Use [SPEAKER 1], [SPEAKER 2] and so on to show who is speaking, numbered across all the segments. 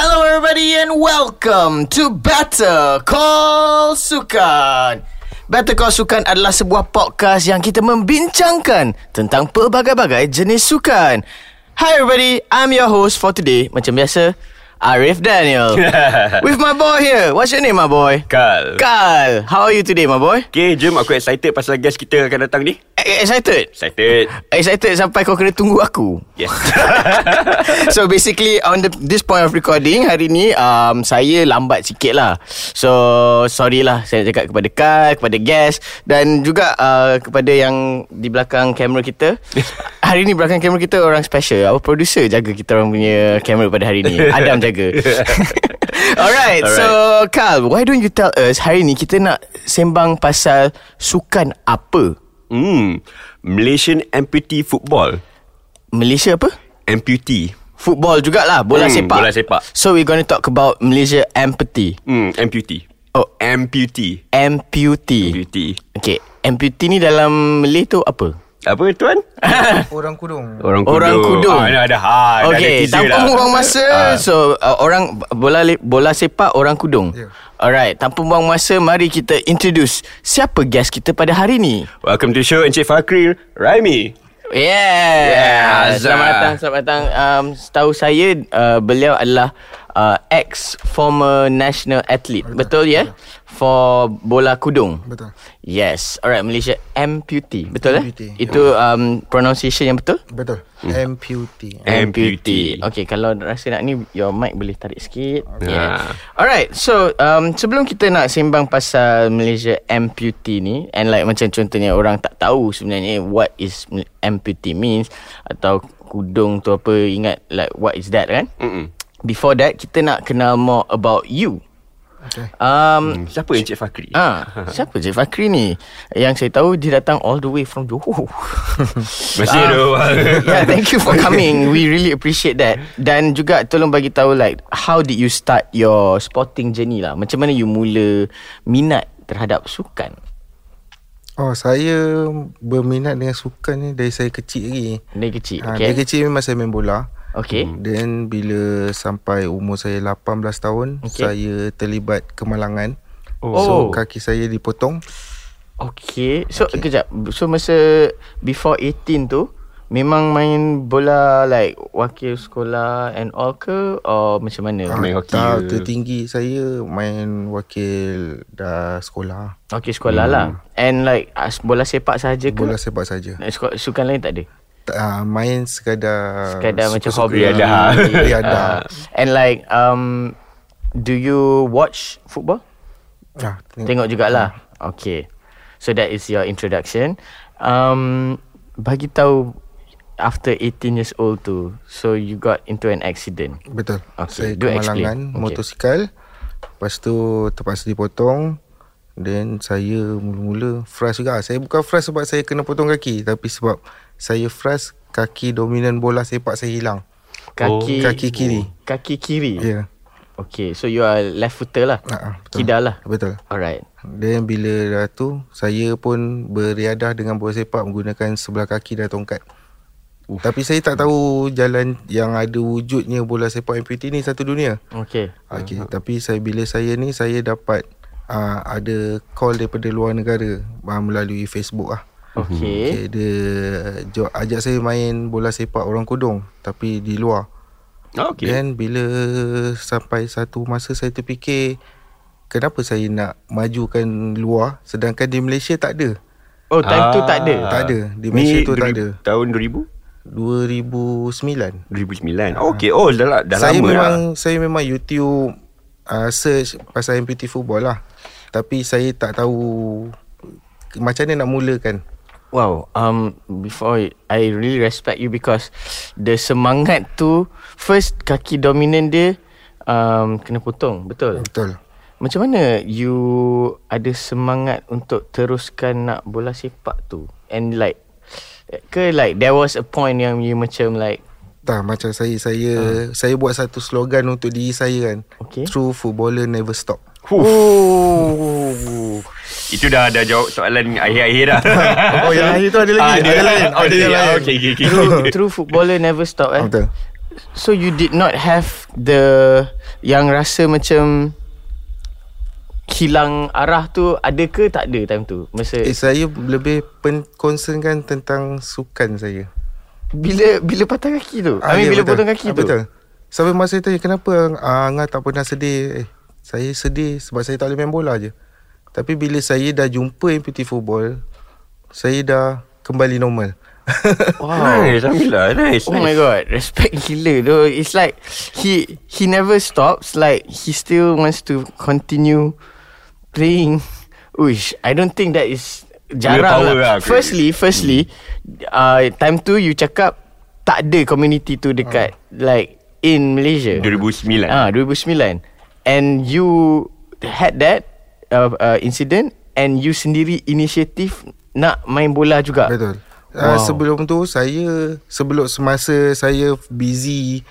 [SPEAKER 1] everybody, and welcome to Better Call Sukan. Better Call Sukan adalah sebuah podcast yang kita membincangkan tentang pelbagai-bagai jenis sukan. Hi everybody, I'm your host for today. Macam biasa, Arif Daniel. With my boy here. What's your name, my boy?
[SPEAKER 2] Kal
[SPEAKER 1] Carl. How are you today, my boy?
[SPEAKER 2] Okay jom aku excited pasal guest kita akan datang ni
[SPEAKER 1] Eh, Excited?
[SPEAKER 2] Excited
[SPEAKER 1] Excited sampai kau kena tunggu aku.
[SPEAKER 2] Yes
[SPEAKER 1] So basically on the, this point of recording hari ni um, saya lambat sikit lah. So sorry lah saya nak cakap kepada Kal, kepada guest dan juga uh, kepada yang di belakang kamera kita. Hari ni belakang kamera kita orang special. Our producer jaga kita orang punya kamera pada hari ni. Adam jaga. Alright, Alright, so Kal, why don't you tell us hari ni kita nak sembang pasal sukan apa?
[SPEAKER 2] hmm. Malaysian amputee football
[SPEAKER 1] Malaysia apa?
[SPEAKER 2] Amputee
[SPEAKER 1] Football jugalah Bola
[SPEAKER 2] Hmm,
[SPEAKER 1] sepak
[SPEAKER 2] bola sepak.
[SPEAKER 1] So we're going to talk about Malaysia empathy
[SPEAKER 2] hmm. Amputee
[SPEAKER 1] Oh.
[SPEAKER 2] Amputee
[SPEAKER 1] Amputee
[SPEAKER 2] Amputee
[SPEAKER 1] Okay Amputee ni dalam Malay tu apa?
[SPEAKER 2] Apa tuan?
[SPEAKER 3] Orang kudung
[SPEAKER 2] Orang kudung
[SPEAKER 1] Orang kudung.
[SPEAKER 2] ah, Dah ada ah, dah ada
[SPEAKER 1] okay
[SPEAKER 2] teaser
[SPEAKER 1] Tanpa
[SPEAKER 2] dah.
[SPEAKER 1] buang
[SPEAKER 2] Ah.
[SPEAKER 1] masa So uh, orang Bola le- bola sepak Orang kudung
[SPEAKER 3] Ya.
[SPEAKER 1] Alright Tanpa buang masa Mari kita introduce Siapa guest kita pada hari ni
[SPEAKER 2] Welcome to the show Encik Fakri Raimi
[SPEAKER 1] Yeah
[SPEAKER 2] Yes.
[SPEAKER 1] Selamat datang Selamat datang um, Setahu saya uh, Beliau adalah uh, Ex former national athlete Betul ya? Yeah? For bola kudung
[SPEAKER 3] Betul
[SPEAKER 1] Yes Alright Malaysia amputee Betul eh?
[SPEAKER 3] Amputee.
[SPEAKER 1] Itu um, pronunciation yang betul?
[SPEAKER 3] Betul
[SPEAKER 1] Hmm.
[SPEAKER 3] Amputee
[SPEAKER 2] Amputee.
[SPEAKER 1] Okay kalau rasa nak ni Your mic boleh tarik sikit okay. yeah.
[SPEAKER 2] Ah.
[SPEAKER 1] Alright So um, sebelum kita nak sembang pasal Malaysia amputee ni And like macam contohnya Orang tak tahu sebenarnya What is amputee means Atau kudung tu apa Ingat like what is that kan
[SPEAKER 2] Mm-mm.
[SPEAKER 1] Before that Kita nak kenal more about you
[SPEAKER 3] Okay
[SPEAKER 1] Um,
[SPEAKER 2] Hmm, Siapa Encik Fakri?
[SPEAKER 1] Ah, siapa je Fakri ni? Yang saya tahu dia datang all the way from Johor.
[SPEAKER 2] Masih ada orang
[SPEAKER 1] yeah, thank you for coming. We really appreciate that. Dan juga tolong bagi tahu like how did you start your sporting journey lah? Macam mana you mula minat terhadap sukan?
[SPEAKER 3] Oh saya berminat dengan sukan ni dari saya kecil lagi
[SPEAKER 1] Dari kecil.
[SPEAKER 3] ha,
[SPEAKER 1] Okay.
[SPEAKER 3] Dari kecil Hmm. memang saya main bola
[SPEAKER 1] Okay.
[SPEAKER 3] Then bila sampai umur saya 18 tahun
[SPEAKER 1] Okay.
[SPEAKER 3] Saya terlibat kemalangan
[SPEAKER 1] Oh.
[SPEAKER 3] So kaki saya dipotong
[SPEAKER 1] Okay. So okay. kejap. So masa before 18 tu memang main bola like wakil sekolah and all ke or macam mana?
[SPEAKER 3] Ah,
[SPEAKER 2] Main hoki
[SPEAKER 3] tak,
[SPEAKER 2] ke?
[SPEAKER 3] Tertinggi saya main wakil dah sekolah
[SPEAKER 1] Okey sekolah hmm. lah And like as- Bola sepak sahaja ke
[SPEAKER 3] Bola sepak saja.
[SPEAKER 1] Eh, suka- Sukan lain tak ada
[SPEAKER 3] Uh, main sekadar
[SPEAKER 1] Sekadar macam
[SPEAKER 3] Ah, suka-suka.
[SPEAKER 1] hobi
[SPEAKER 2] Riadah.
[SPEAKER 3] Riadah.
[SPEAKER 1] Ah. And like um, Do you watch football?
[SPEAKER 3] Ah, tengok.
[SPEAKER 1] Tengok jugalah Okay So that is your introduction um, Bagi tahu After 18 years old tu So you got into an accident
[SPEAKER 3] Betul.
[SPEAKER 1] Okay,
[SPEAKER 3] Saya
[SPEAKER 1] do explain.
[SPEAKER 3] kemalangan
[SPEAKER 1] Okay.
[SPEAKER 3] motosikal. Lepas tu terpaksa dipotong. Then saya mula-mula frust juga. Saya bukan frust sebab saya kena potong kaki. Tapi sebab saya frust kaki dominan bola sepak saya hilang.
[SPEAKER 1] Kaki
[SPEAKER 3] Oh. Kaki kiri.
[SPEAKER 1] Kaki kiri
[SPEAKER 3] Ya. Yeah.
[SPEAKER 1] Okay so you are left footer lah
[SPEAKER 3] Ah, ah, betul.
[SPEAKER 1] Kidal lah
[SPEAKER 3] Betul.
[SPEAKER 1] Alright
[SPEAKER 3] Then bila dah tu, saya pun beriadah dengan bola sepak menggunakan sebelah kaki dan tongkat. Uf. Tapi saya tak tahu jalan yang ada wujudnya bola sepak MPT ni satu dunia.
[SPEAKER 1] Okay
[SPEAKER 3] Okey, uh, tapi saya bila saya ni saya dapat uh, ada call daripada luar negara uh, melalui Facebook ah.
[SPEAKER 1] Okay
[SPEAKER 3] Okay, dia jo, ajak saya main bola sepak orang kodong tapi di luar.
[SPEAKER 2] Oh, Okay
[SPEAKER 3] Okay. Then bila sampai satu masa saya terfikir kenapa saya nak majukan luar sedangkan di Malaysia tak ada.
[SPEAKER 1] Oh time tu tak ada
[SPEAKER 2] Ah.
[SPEAKER 3] Tak ada. Di Malaysia
[SPEAKER 2] Ni
[SPEAKER 3] tu
[SPEAKER 2] 2000
[SPEAKER 3] tak ada.
[SPEAKER 2] Tahun 2000?
[SPEAKER 3] 2009
[SPEAKER 2] 2009 oh, Okay Oh dah, dah
[SPEAKER 3] saya
[SPEAKER 2] lama
[SPEAKER 3] memang
[SPEAKER 2] lah
[SPEAKER 3] saya memang YouTube uh, search pasal MPT football lah. Tapi saya tak tahu macam mana nak mulakan.
[SPEAKER 1] Wow, um, before it, I really respect you because the semangat tu first kaki dominan dia um, kena potong, betul.
[SPEAKER 3] Betul.
[SPEAKER 1] Macam mana you ada semangat untuk teruskan nak bola sepak tu? And like ke like there was a point yang you macam like
[SPEAKER 3] Tak macam saya saya
[SPEAKER 2] Ah.
[SPEAKER 3] uh. saya buat satu slogan untuk diri saya kan.
[SPEAKER 1] Okay.
[SPEAKER 3] True footballer never stop.
[SPEAKER 1] Ooh.
[SPEAKER 2] Itu dah dah jawab soalan akhir-akhir dah
[SPEAKER 3] Oh yang lain tu ada
[SPEAKER 1] Ah, lah.
[SPEAKER 2] Ah, ada lain. Oh, ada yang lain. Okay, okay, okay.
[SPEAKER 1] True, true footballer never stop eh.
[SPEAKER 3] Betul.
[SPEAKER 1] So you did not have the yang rasa macam hilang arah tu ada ke tak ada time tu? Masa
[SPEAKER 3] Eh, saya lebih pen- concern kan tentang sukan saya.
[SPEAKER 1] bila bila patah kaki tu.
[SPEAKER 3] Ah,
[SPEAKER 1] I mean
[SPEAKER 3] ya,
[SPEAKER 1] bila
[SPEAKER 3] betul.
[SPEAKER 1] potong kaki
[SPEAKER 3] Ah,
[SPEAKER 1] tu.
[SPEAKER 3] Betul. Sampai masa saya tanya kenapa ah, Angah tak pernah sedih. Eh, saya sedih sebab saya tak boleh main bola je. Tapi bila saya dah jumpa amputee football, saya dah kembali normal.
[SPEAKER 1] Wow.
[SPEAKER 2] Nice Alhamdulillah Nice
[SPEAKER 1] Oh my god Respect gila though It's like He he never stops Like he still wants to Continue Playing Uish I don't think that is Jarang
[SPEAKER 2] power
[SPEAKER 1] lah.
[SPEAKER 2] lah.
[SPEAKER 1] Firstly Firstly uh, Time tu you cakap Tak ada community tu dekat
[SPEAKER 3] Hmm.
[SPEAKER 1] Like In Malaysia
[SPEAKER 2] 2009
[SPEAKER 1] Ah, 2009 And you Had that uh, uh, Incident And you sendiri Inisiatif Nak main bola juga
[SPEAKER 3] Betul. Wow. Uh,
[SPEAKER 1] Wow.
[SPEAKER 3] sebelum tu saya sebelum semasa saya busy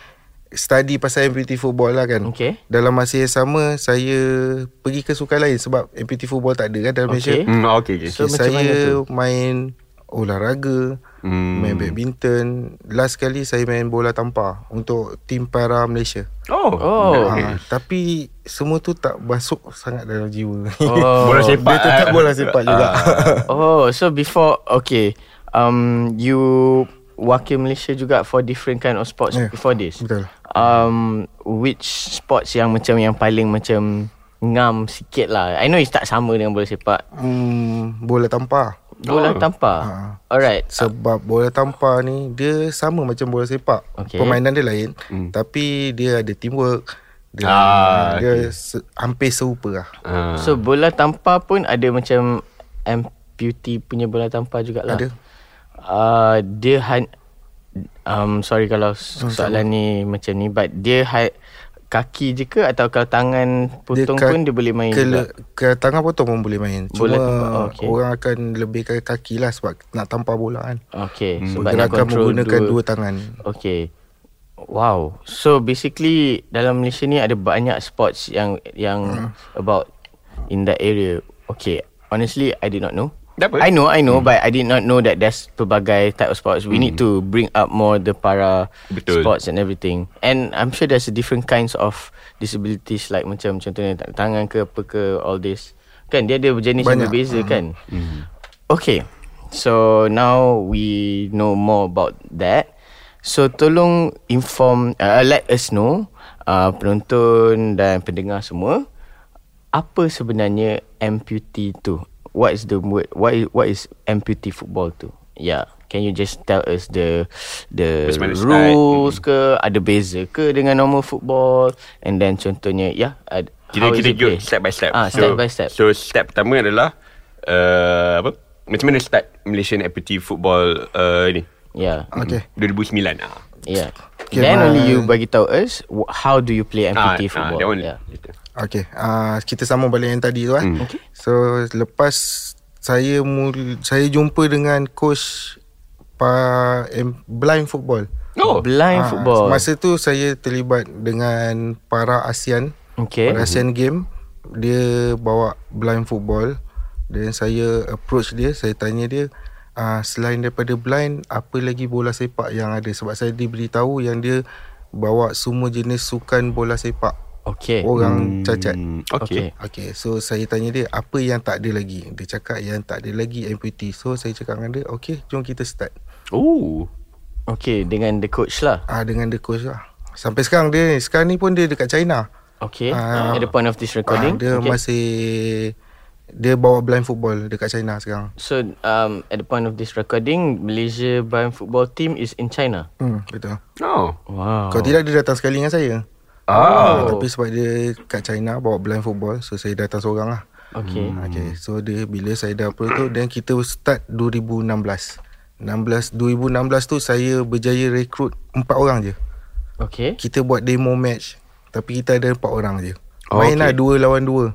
[SPEAKER 3] study pasal amputee football lah kan.
[SPEAKER 1] Okay.
[SPEAKER 3] Dalam masa yang sama saya pergi ke sukan lain sebab amputee football tak ada kan dalam Malaysia.
[SPEAKER 1] Okay.
[SPEAKER 2] Hmm, okay, okay.
[SPEAKER 1] So,
[SPEAKER 3] So,
[SPEAKER 1] macam mana
[SPEAKER 3] saya main olahraga,
[SPEAKER 2] Hmm.
[SPEAKER 3] hmm. main badminton. Last kali saya main bola tampar untuk tim para Malaysia.
[SPEAKER 2] Oh.
[SPEAKER 1] Oh.
[SPEAKER 3] Ha, tapi semua tu tak masuk sangat dalam jiwa.
[SPEAKER 1] Oh.
[SPEAKER 2] Bola sepak.
[SPEAKER 3] Dia tetap
[SPEAKER 2] eh.
[SPEAKER 3] bola sepak juga.
[SPEAKER 1] Oh, so before okay, um, you wakil Malaysia juga for different kind of sports yeah.
[SPEAKER 3] Yeah,
[SPEAKER 1] before this.
[SPEAKER 3] betul.
[SPEAKER 1] Um, which sports yang macam yang paling macam ngam sikit lah. I know it's tak sama dengan bola sepak.
[SPEAKER 3] hmm, bola tampar.
[SPEAKER 1] Bola oh. tampar.
[SPEAKER 3] Ah.
[SPEAKER 1] Uh. Alright.
[SPEAKER 3] Sebab bola tampar ni Dia sama macam bola sepak
[SPEAKER 1] Okey.
[SPEAKER 3] Permainan dia lain Tapi dia ada teamwork Dia,
[SPEAKER 2] Ah,
[SPEAKER 3] dia se- hampir serupa lah
[SPEAKER 2] Ah.
[SPEAKER 1] So bola tampar pun ada macam amputee punya bola tampar jugalah.
[SPEAKER 3] Ada.
[SPEAKER 1] Uh, dia han um, sorry kalau so- soalan ni macam ni but dia ha- kaki je ke atau kalau tangan potong
[SPEAKER 3] ka-
[SPEAKER 1] pun dia boleh main
[SPEAKER 3] ke,
[SPEAKER 1] juga.
[SPEAKER 3] ke tangan potong pun boleh main
[SPEAKER 1] Bola
[SPEAKER 3] Cuma
[SPEAKER 1] tampar, oh, okey.
[SPEAKER 3] orang akan lebih ke kaki lah Sebab nak tampar bola kan
[SPEAKER 1] Okay hmm. sebab nak
[SPEAKER 3] Pergerakan
[SPEAKER 1] control Hmm.
[SPEAKER 3] menggunakan dua, dua tangan
[SPEAKER 1] Okay Wow So basically Dalam Malaysia ni Ada banyak sports Yang Yang About In that area Okay Honestly I did not know
[SPEAKER 2] Tak apa.
[SPEAKER 1] I know I know But I did not know That there's pelbagai Type of sports We need to bring up more The para
[SPEAKER 2] Betul.
[SPEAKER 1] Sports and everything And I'm sure there's a Different kinds of Disabilities Like macam Contohnya tak- tangan ke Apa ke All this Kan dia ada jenis yang
[SPEAKER 3] Banyak.
[SPEAKER 1] berbeza kan Okay So now we know more about that So tolong inform uh, Let us know uh, Penonton dan pendengar semua Apa sebenarnya amputee tu What is the word What is, what is amputee football tu Yeah Can you just tell us the the
[SPEAKER 2] Best managed hmm.
[SPEAKER 1] rules ke ada beza ke dengan normal football and then contohnya yeah ad-
[SPEAKER 2] Kita
[SPEAKER 1] how is
[SPEAKER 2] kita
[SPEAKER 1] it
[SPEAKER 2] go
[SPEAKER 1] played?
[SPEAKER 2] step by step.
[SPEAKER 1] ah step by step
[SPEAKER 2] So step pertama adalah uh, apa? Macam mana start Malaysian Equity Football uh, ni?
[SPEAKER 1] yeah
[SPEAKER 3] Okay
[SPEAKER 2] 2009 ah.
[SPEAKER 1] Yeah.
[SPEAKER 3] Okay,
[SPEAKER 1] Then
[SPEAKER 3] my-
[SPEAKER 1] only you bagi tahu us wh- how do you play
[SPEAKER 2] Ah,
[SPEAKER 1] amputee
[SPEAKER 2] ah,
[SPEAKER 1] football.
[SPEAKER 2] that one.
[SPEAKER 1] yeah.
[SPEAKER 3] Okay uh, Kita sambung balik yang tadi tu kan
[SPEAKER 2] Hmm.
[SPEAKER 1] Okay.
[SPEAKER 3] So lepas saya mul- saya jumpa dengan coach pa em- blind football.
[SPEAKER 2] Oh.
[SPEAKER 1] Blind
[SPEAKER 3] Ah,
[SPEAKER 1] football.
[SPEAKER 3] Masa tu saya terlibat dengan para ASEAN.
[SPEAKER 1] okay.
[SPEAKER 3] Para ASEAN game dia bawa blind football dan saya approach dia, saya tanya dia uh, selain daripada blind apa lagi bola sepak yang ada sebab saya diberitahu yang dia bawa semua jenis sukan bola sepak
[SPEAKER 1] Okay.
[SPEAKER 3] orang cacat.
[SPEAKER 2] Hmm,
[SPEAKER 1] Okay.
[SPEAKER 2] okay.
[SPEAKER 3] Okay so saya tanya dia Apa yang tak ada lagi Dia cakap yang tak ada lagi amputee So saya cakap dengan dia Okay jom kita start
[SPEAKER 2] Oh.
[SPEAKER 1] Okay, dengan the coach lah.
[SPEAKER 3] ah, Dengan the coach lah Sampai sekarang dia Sekarang ni pun dia dekat China
[SPEAKER 1] Okay.
[SPEAKER 3] Ah.
[SPEAKER 1] At the point of this
[SPEAKER 3] ah,
[SPEAKER 1] recording.
[SPEAKER 3] Dia
[SPEAKER 1] okay.
[SPEAKER 3] masih Dia bawa blind football Dekat China sekarang
[SPEAKER 1] So um at the point of this recording, Malaysia blind football team is in China.
[SPEAKER 3] hmm, Betul
[SPEAKER 2] Oh.
[SPEAKER 1] Wow.
[SPEAKER 3] Kalau tidak dia datang sekali dengan saya
[SPEAKER 1] Oh.
[SPEAKER 3] ah, Tapi sebab dia kat China Bawa blind football So saya datang seorang lah
[SPEAKER 1] Okay.
[SPEAKER 3] Okay so dia Bila saya dah upload tu Then kita start 2016 16 2016 tu saya berjaya rekrut empat orang je
[SPEAKER 1] Okay.
[SPEAKER 3] kita buat demo match tapi kita ada empat orang je.
[SPEAKER 2] Oh,
[SPEAKER 3] Oh, Main
[SPEAKER 2] okay.
[SPEAKER 3] lah dua lawan dua.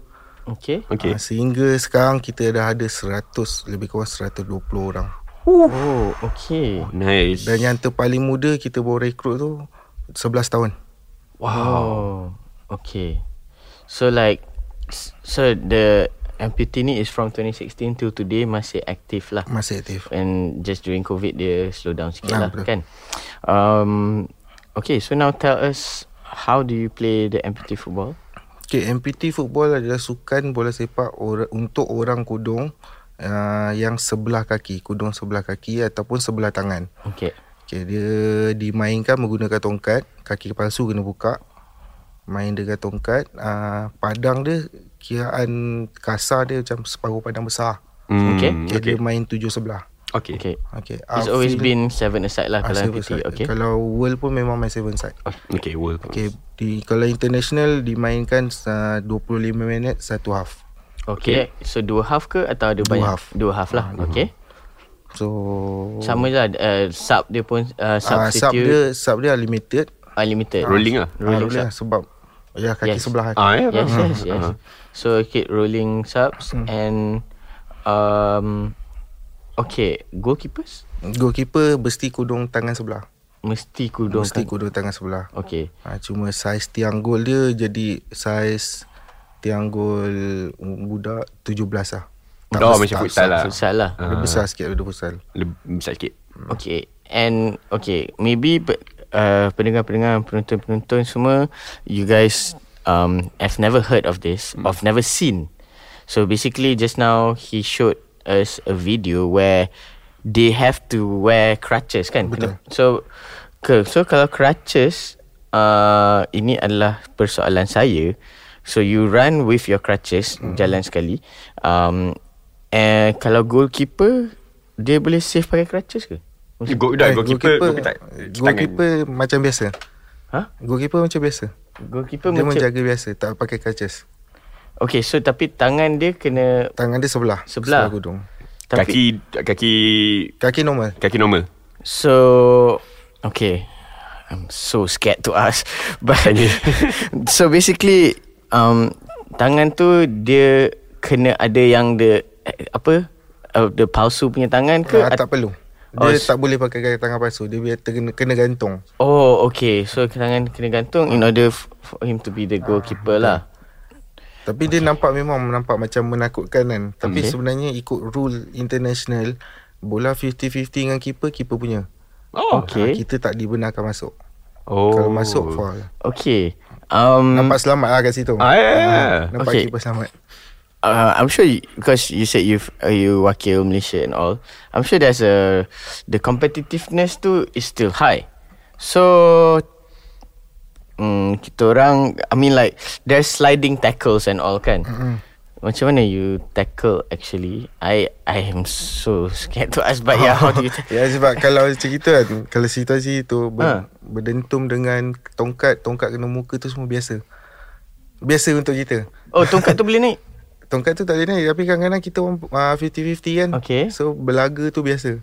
[SPEAKER 1] Okay.
[SPEAKER 2] Okay.
[SPEAKER 3] Ha, sehingga sekarang kita dah ada 100 lebih kurang 120 orang.
[SPEAKER 1] Oh, okay.
[SPEAKER 2] Nice.
[SPEAKER 3] Dan yang terpaling muda kita baru rekrut tu 11 tahun.
[SPEAKER 1] Wow. Oh, Okay. So like s- so the amputee ni is from 2016 till today masih aktif lah.
[SPEAKER 3] Masih aktif.
[SPEAKER 1] And just during COVID dia slow down sikit
[SPEAKER 3] Ah,
[SPEAKER 1] lah
[SPEAKER 3] betul.
[SPEAKER 1] kan. Um, Okay, so now tell us how do you play the amputee football?
[SPEAKER 3] Okay, MPT football adalah sukan bola sepak or- untuk orang kudung uh, yang sebelah kaki, kudung sebelah kaki ataupun sebelah tangan.
[SPEAKER 1] Okay.
[SPEAKER 3] Okay, dia dimainkan menggunakan tongkat, kaki palsu kena buka. Main dengan tongkat, uh, padang dia kiraan kasar dia macam separuh padang besar.
[SPEAKER 2] Hmm,
[SPEAKER 1] Okay.
[SPEAKER 3] Okay, okay. dia main tujuh sebelah.
[SPEAKER 2] Okay. okay.
[SPEAKER 1] Okay.
[SPEAKER 3] Okay.
[SPEAKER 1] It's
[SPEAKER 3] outfield-
[SPEAKER 1] always been seven aside lah
[SPEAKER 3] ah,
[SPEAKER 1] kalau
[SPEAKER 3] seven
[SPEAKER 1] amputee.
[SPEAKER 3] side.
[SPEAKER 1] Okay.
[SPEAKER 3] Kalau world pun memang main seven side.
[SPEAKER 2] Okay, world.
[SPEAKER 3] Okay, di kalau international dimainkan uh, 25 minit satu half.
[SPEAKER 1] Okay. So dua half ke atau ada
[SPEAKER 3] Dua
[SPEAKER 1] banyak?
[SPEAKER 3] half. Ah,
[SPEAKER 1] Dua half lah. Okay.
[SPEAKER 3] So
[SPEAKER 1] Sama lah uh, sub dia pun uh,
[SPEAKER 3] Oh. Ah, sub
[SPEAKER 1] substitute
[SPEAKER 3] dia sub dia unlimited.
[SPEAKER 1] unlimited.
[SPEAKER 2] Rolling lah.
[SPEAKER 3] Ah,
[SPEAKER 1] Rolling
[SPEAKER 3] boleh lah sebab ya kaki
[SPEAKER 1] Yes.
[SPEAKER 3] sebelah. kan.
[SPEAKER 2] Ah, eh,
[SPEAKER 1] Yes,
[SPEAKER 2] faham.
[SPEAKER 1] yes, yes. So okay, rolling subs
[SPEAKER 3] Hmm.
[SPEAKER 1] and um okay, goalkeepers
[SPEAKER 3] Goalkeeper mesti kudung tangan sebelah.
[SPEAKER 1] mesti kudung.
[SPEAKER 3] mesti
[SPEAKER 1] kan?
[SPEAKER 3] kudung tangan sebelah.
[SPEAKER 1] Okay.
[SPEAKER 3] Ah, cuma saiz tiang gol dia jadi saiz tiang gol budak 17 lah. Tak
[SPEAKER 2] Oh,
[SPEAKER 3] besar-
[SPEAKER 2] macam
[SPEAKER 3] tak
[SPEAKER 2] futsal lah.
[SPEAKER 1] Futsal lah.
[SPEAKER 3] besar. Dia besar sikit daripada futsal.
[SPEAKER 2] Lebih besar sikit.
[SPEAKER 1] Hmm. Okay And Okay Maybe pe- uh, Pendengar-pendengar Penonton-penonton semua You guys um, Have never heard of this mm. Of never seen So basically Just now He showed us A video where They have to wear Crutches kan Betul. So ke, So kalau crutches uh, Ini adalah Persoalan saya So you run with your crutches mm. Jalan sekali um, eh, Kalau goalkeeper Dia boleh save pakai crutches ke?
[SPEAKER 2] Go, dah, lah.
[SPEAKER 3] Eh,
[SPEAKER 2] goalkeeper, goalkeeper, tak.
[SPEAKER 3] goalkeeper macam biasa.
[SPEAKER 1] Ha?
[SPEAKER 3] Goalkeeper macam biasa.
[SPEAKER 1] Goalkeeper
[SPEAKER 3] Dia
[SPEAKER 1] dia macam
[SPEAKER 3] menjaga biasa, tak pakai crutches.
[SPEAKER 1] Okay so tapi tangan dia kena
[SPEAKER 3] Tangan dia sebelah.
[SPEAKER 1] Sebelah.
[SPEAKER 3] Sebelah kudung.
[SPEAKER 2] Tangan.
[SPEAKER 1] tapi,
[SPEAKER 2] Kaki, kaki,
[SPEAKER 3] Kaki normal.
[SPEAKER 2] kaki normal.
[SPEAKER 1] So Okay I'm so scared to ask But So basically um, Tangan tu Dia Kena ada yang the eh, Apa uh, The palsu punya tangan ke
[SPEAKER 3] Ah, tak perlu. Dia
[SPEAKER 1] Oh,
[SPEAKER 3] tak boleh pakai gaya tangan palsu. Dia biar terkena, kena gantung.
[SPEAKER 1] Oh okay So tangan kena gantung In order f- For him to be the goalkeeper lah
[SPEAKER 3] Tapi okay. dia nampak memang nampak macam menakutkan kan. Tapi
[SPEAKER 1] Okay.
[SPEAKER 3] okay. sebenarnya ikut rule international, bola 50-50 dengan keeper, keeper punya.
[SPEAKER 2] Oh.
[SPEAKER 3] Okay.
[SPEAKER 1] Okay
[SPEAKER 3] Kita tak dibenarkan masuk.
[SPEAKER 2] oh.
[SPEAKER 3] Oh. Kalau masuk foul.
[SPEAKER 1] Okay um,
[SPEAKER 3] Nampak selamat lah kat situ.
[SPEAKER 2] Ah, ya, ya, ya.
[SPEAKER 3] Ah, nampak
[SPEAKER 1] Okay.
[SPEAKER 3] okay. keeper selamat.
[SPEAKER 1] uh, I'm sure you, because you said you uh, you wakil Malaysia and all. I'm sure there's a the competitiveness too is still high. So mm, kita orang I mean like there's sliding tackles and all kan. Mm-hmm. Macam mana you tackle actually? I I am so scared to ask but yeah how do you tackle?
[SPEAKER 3] Ya sebab kalau cerita kan, kalau situasi tu ber, ha. berdentum dengan tongkat, tongkat kena muka tu semua biasa. Biasa untuk kita.
[SPEAKER 1] Oh tongkat tu boleh naik?
[SPEAKER 3] Tongkat tu tak boleh naik Tapi kadang-kadang kita orang uh, 50-50 kan
[SPEAKER 1] Okey.
[SPEAKER 3] So belaga tu biasa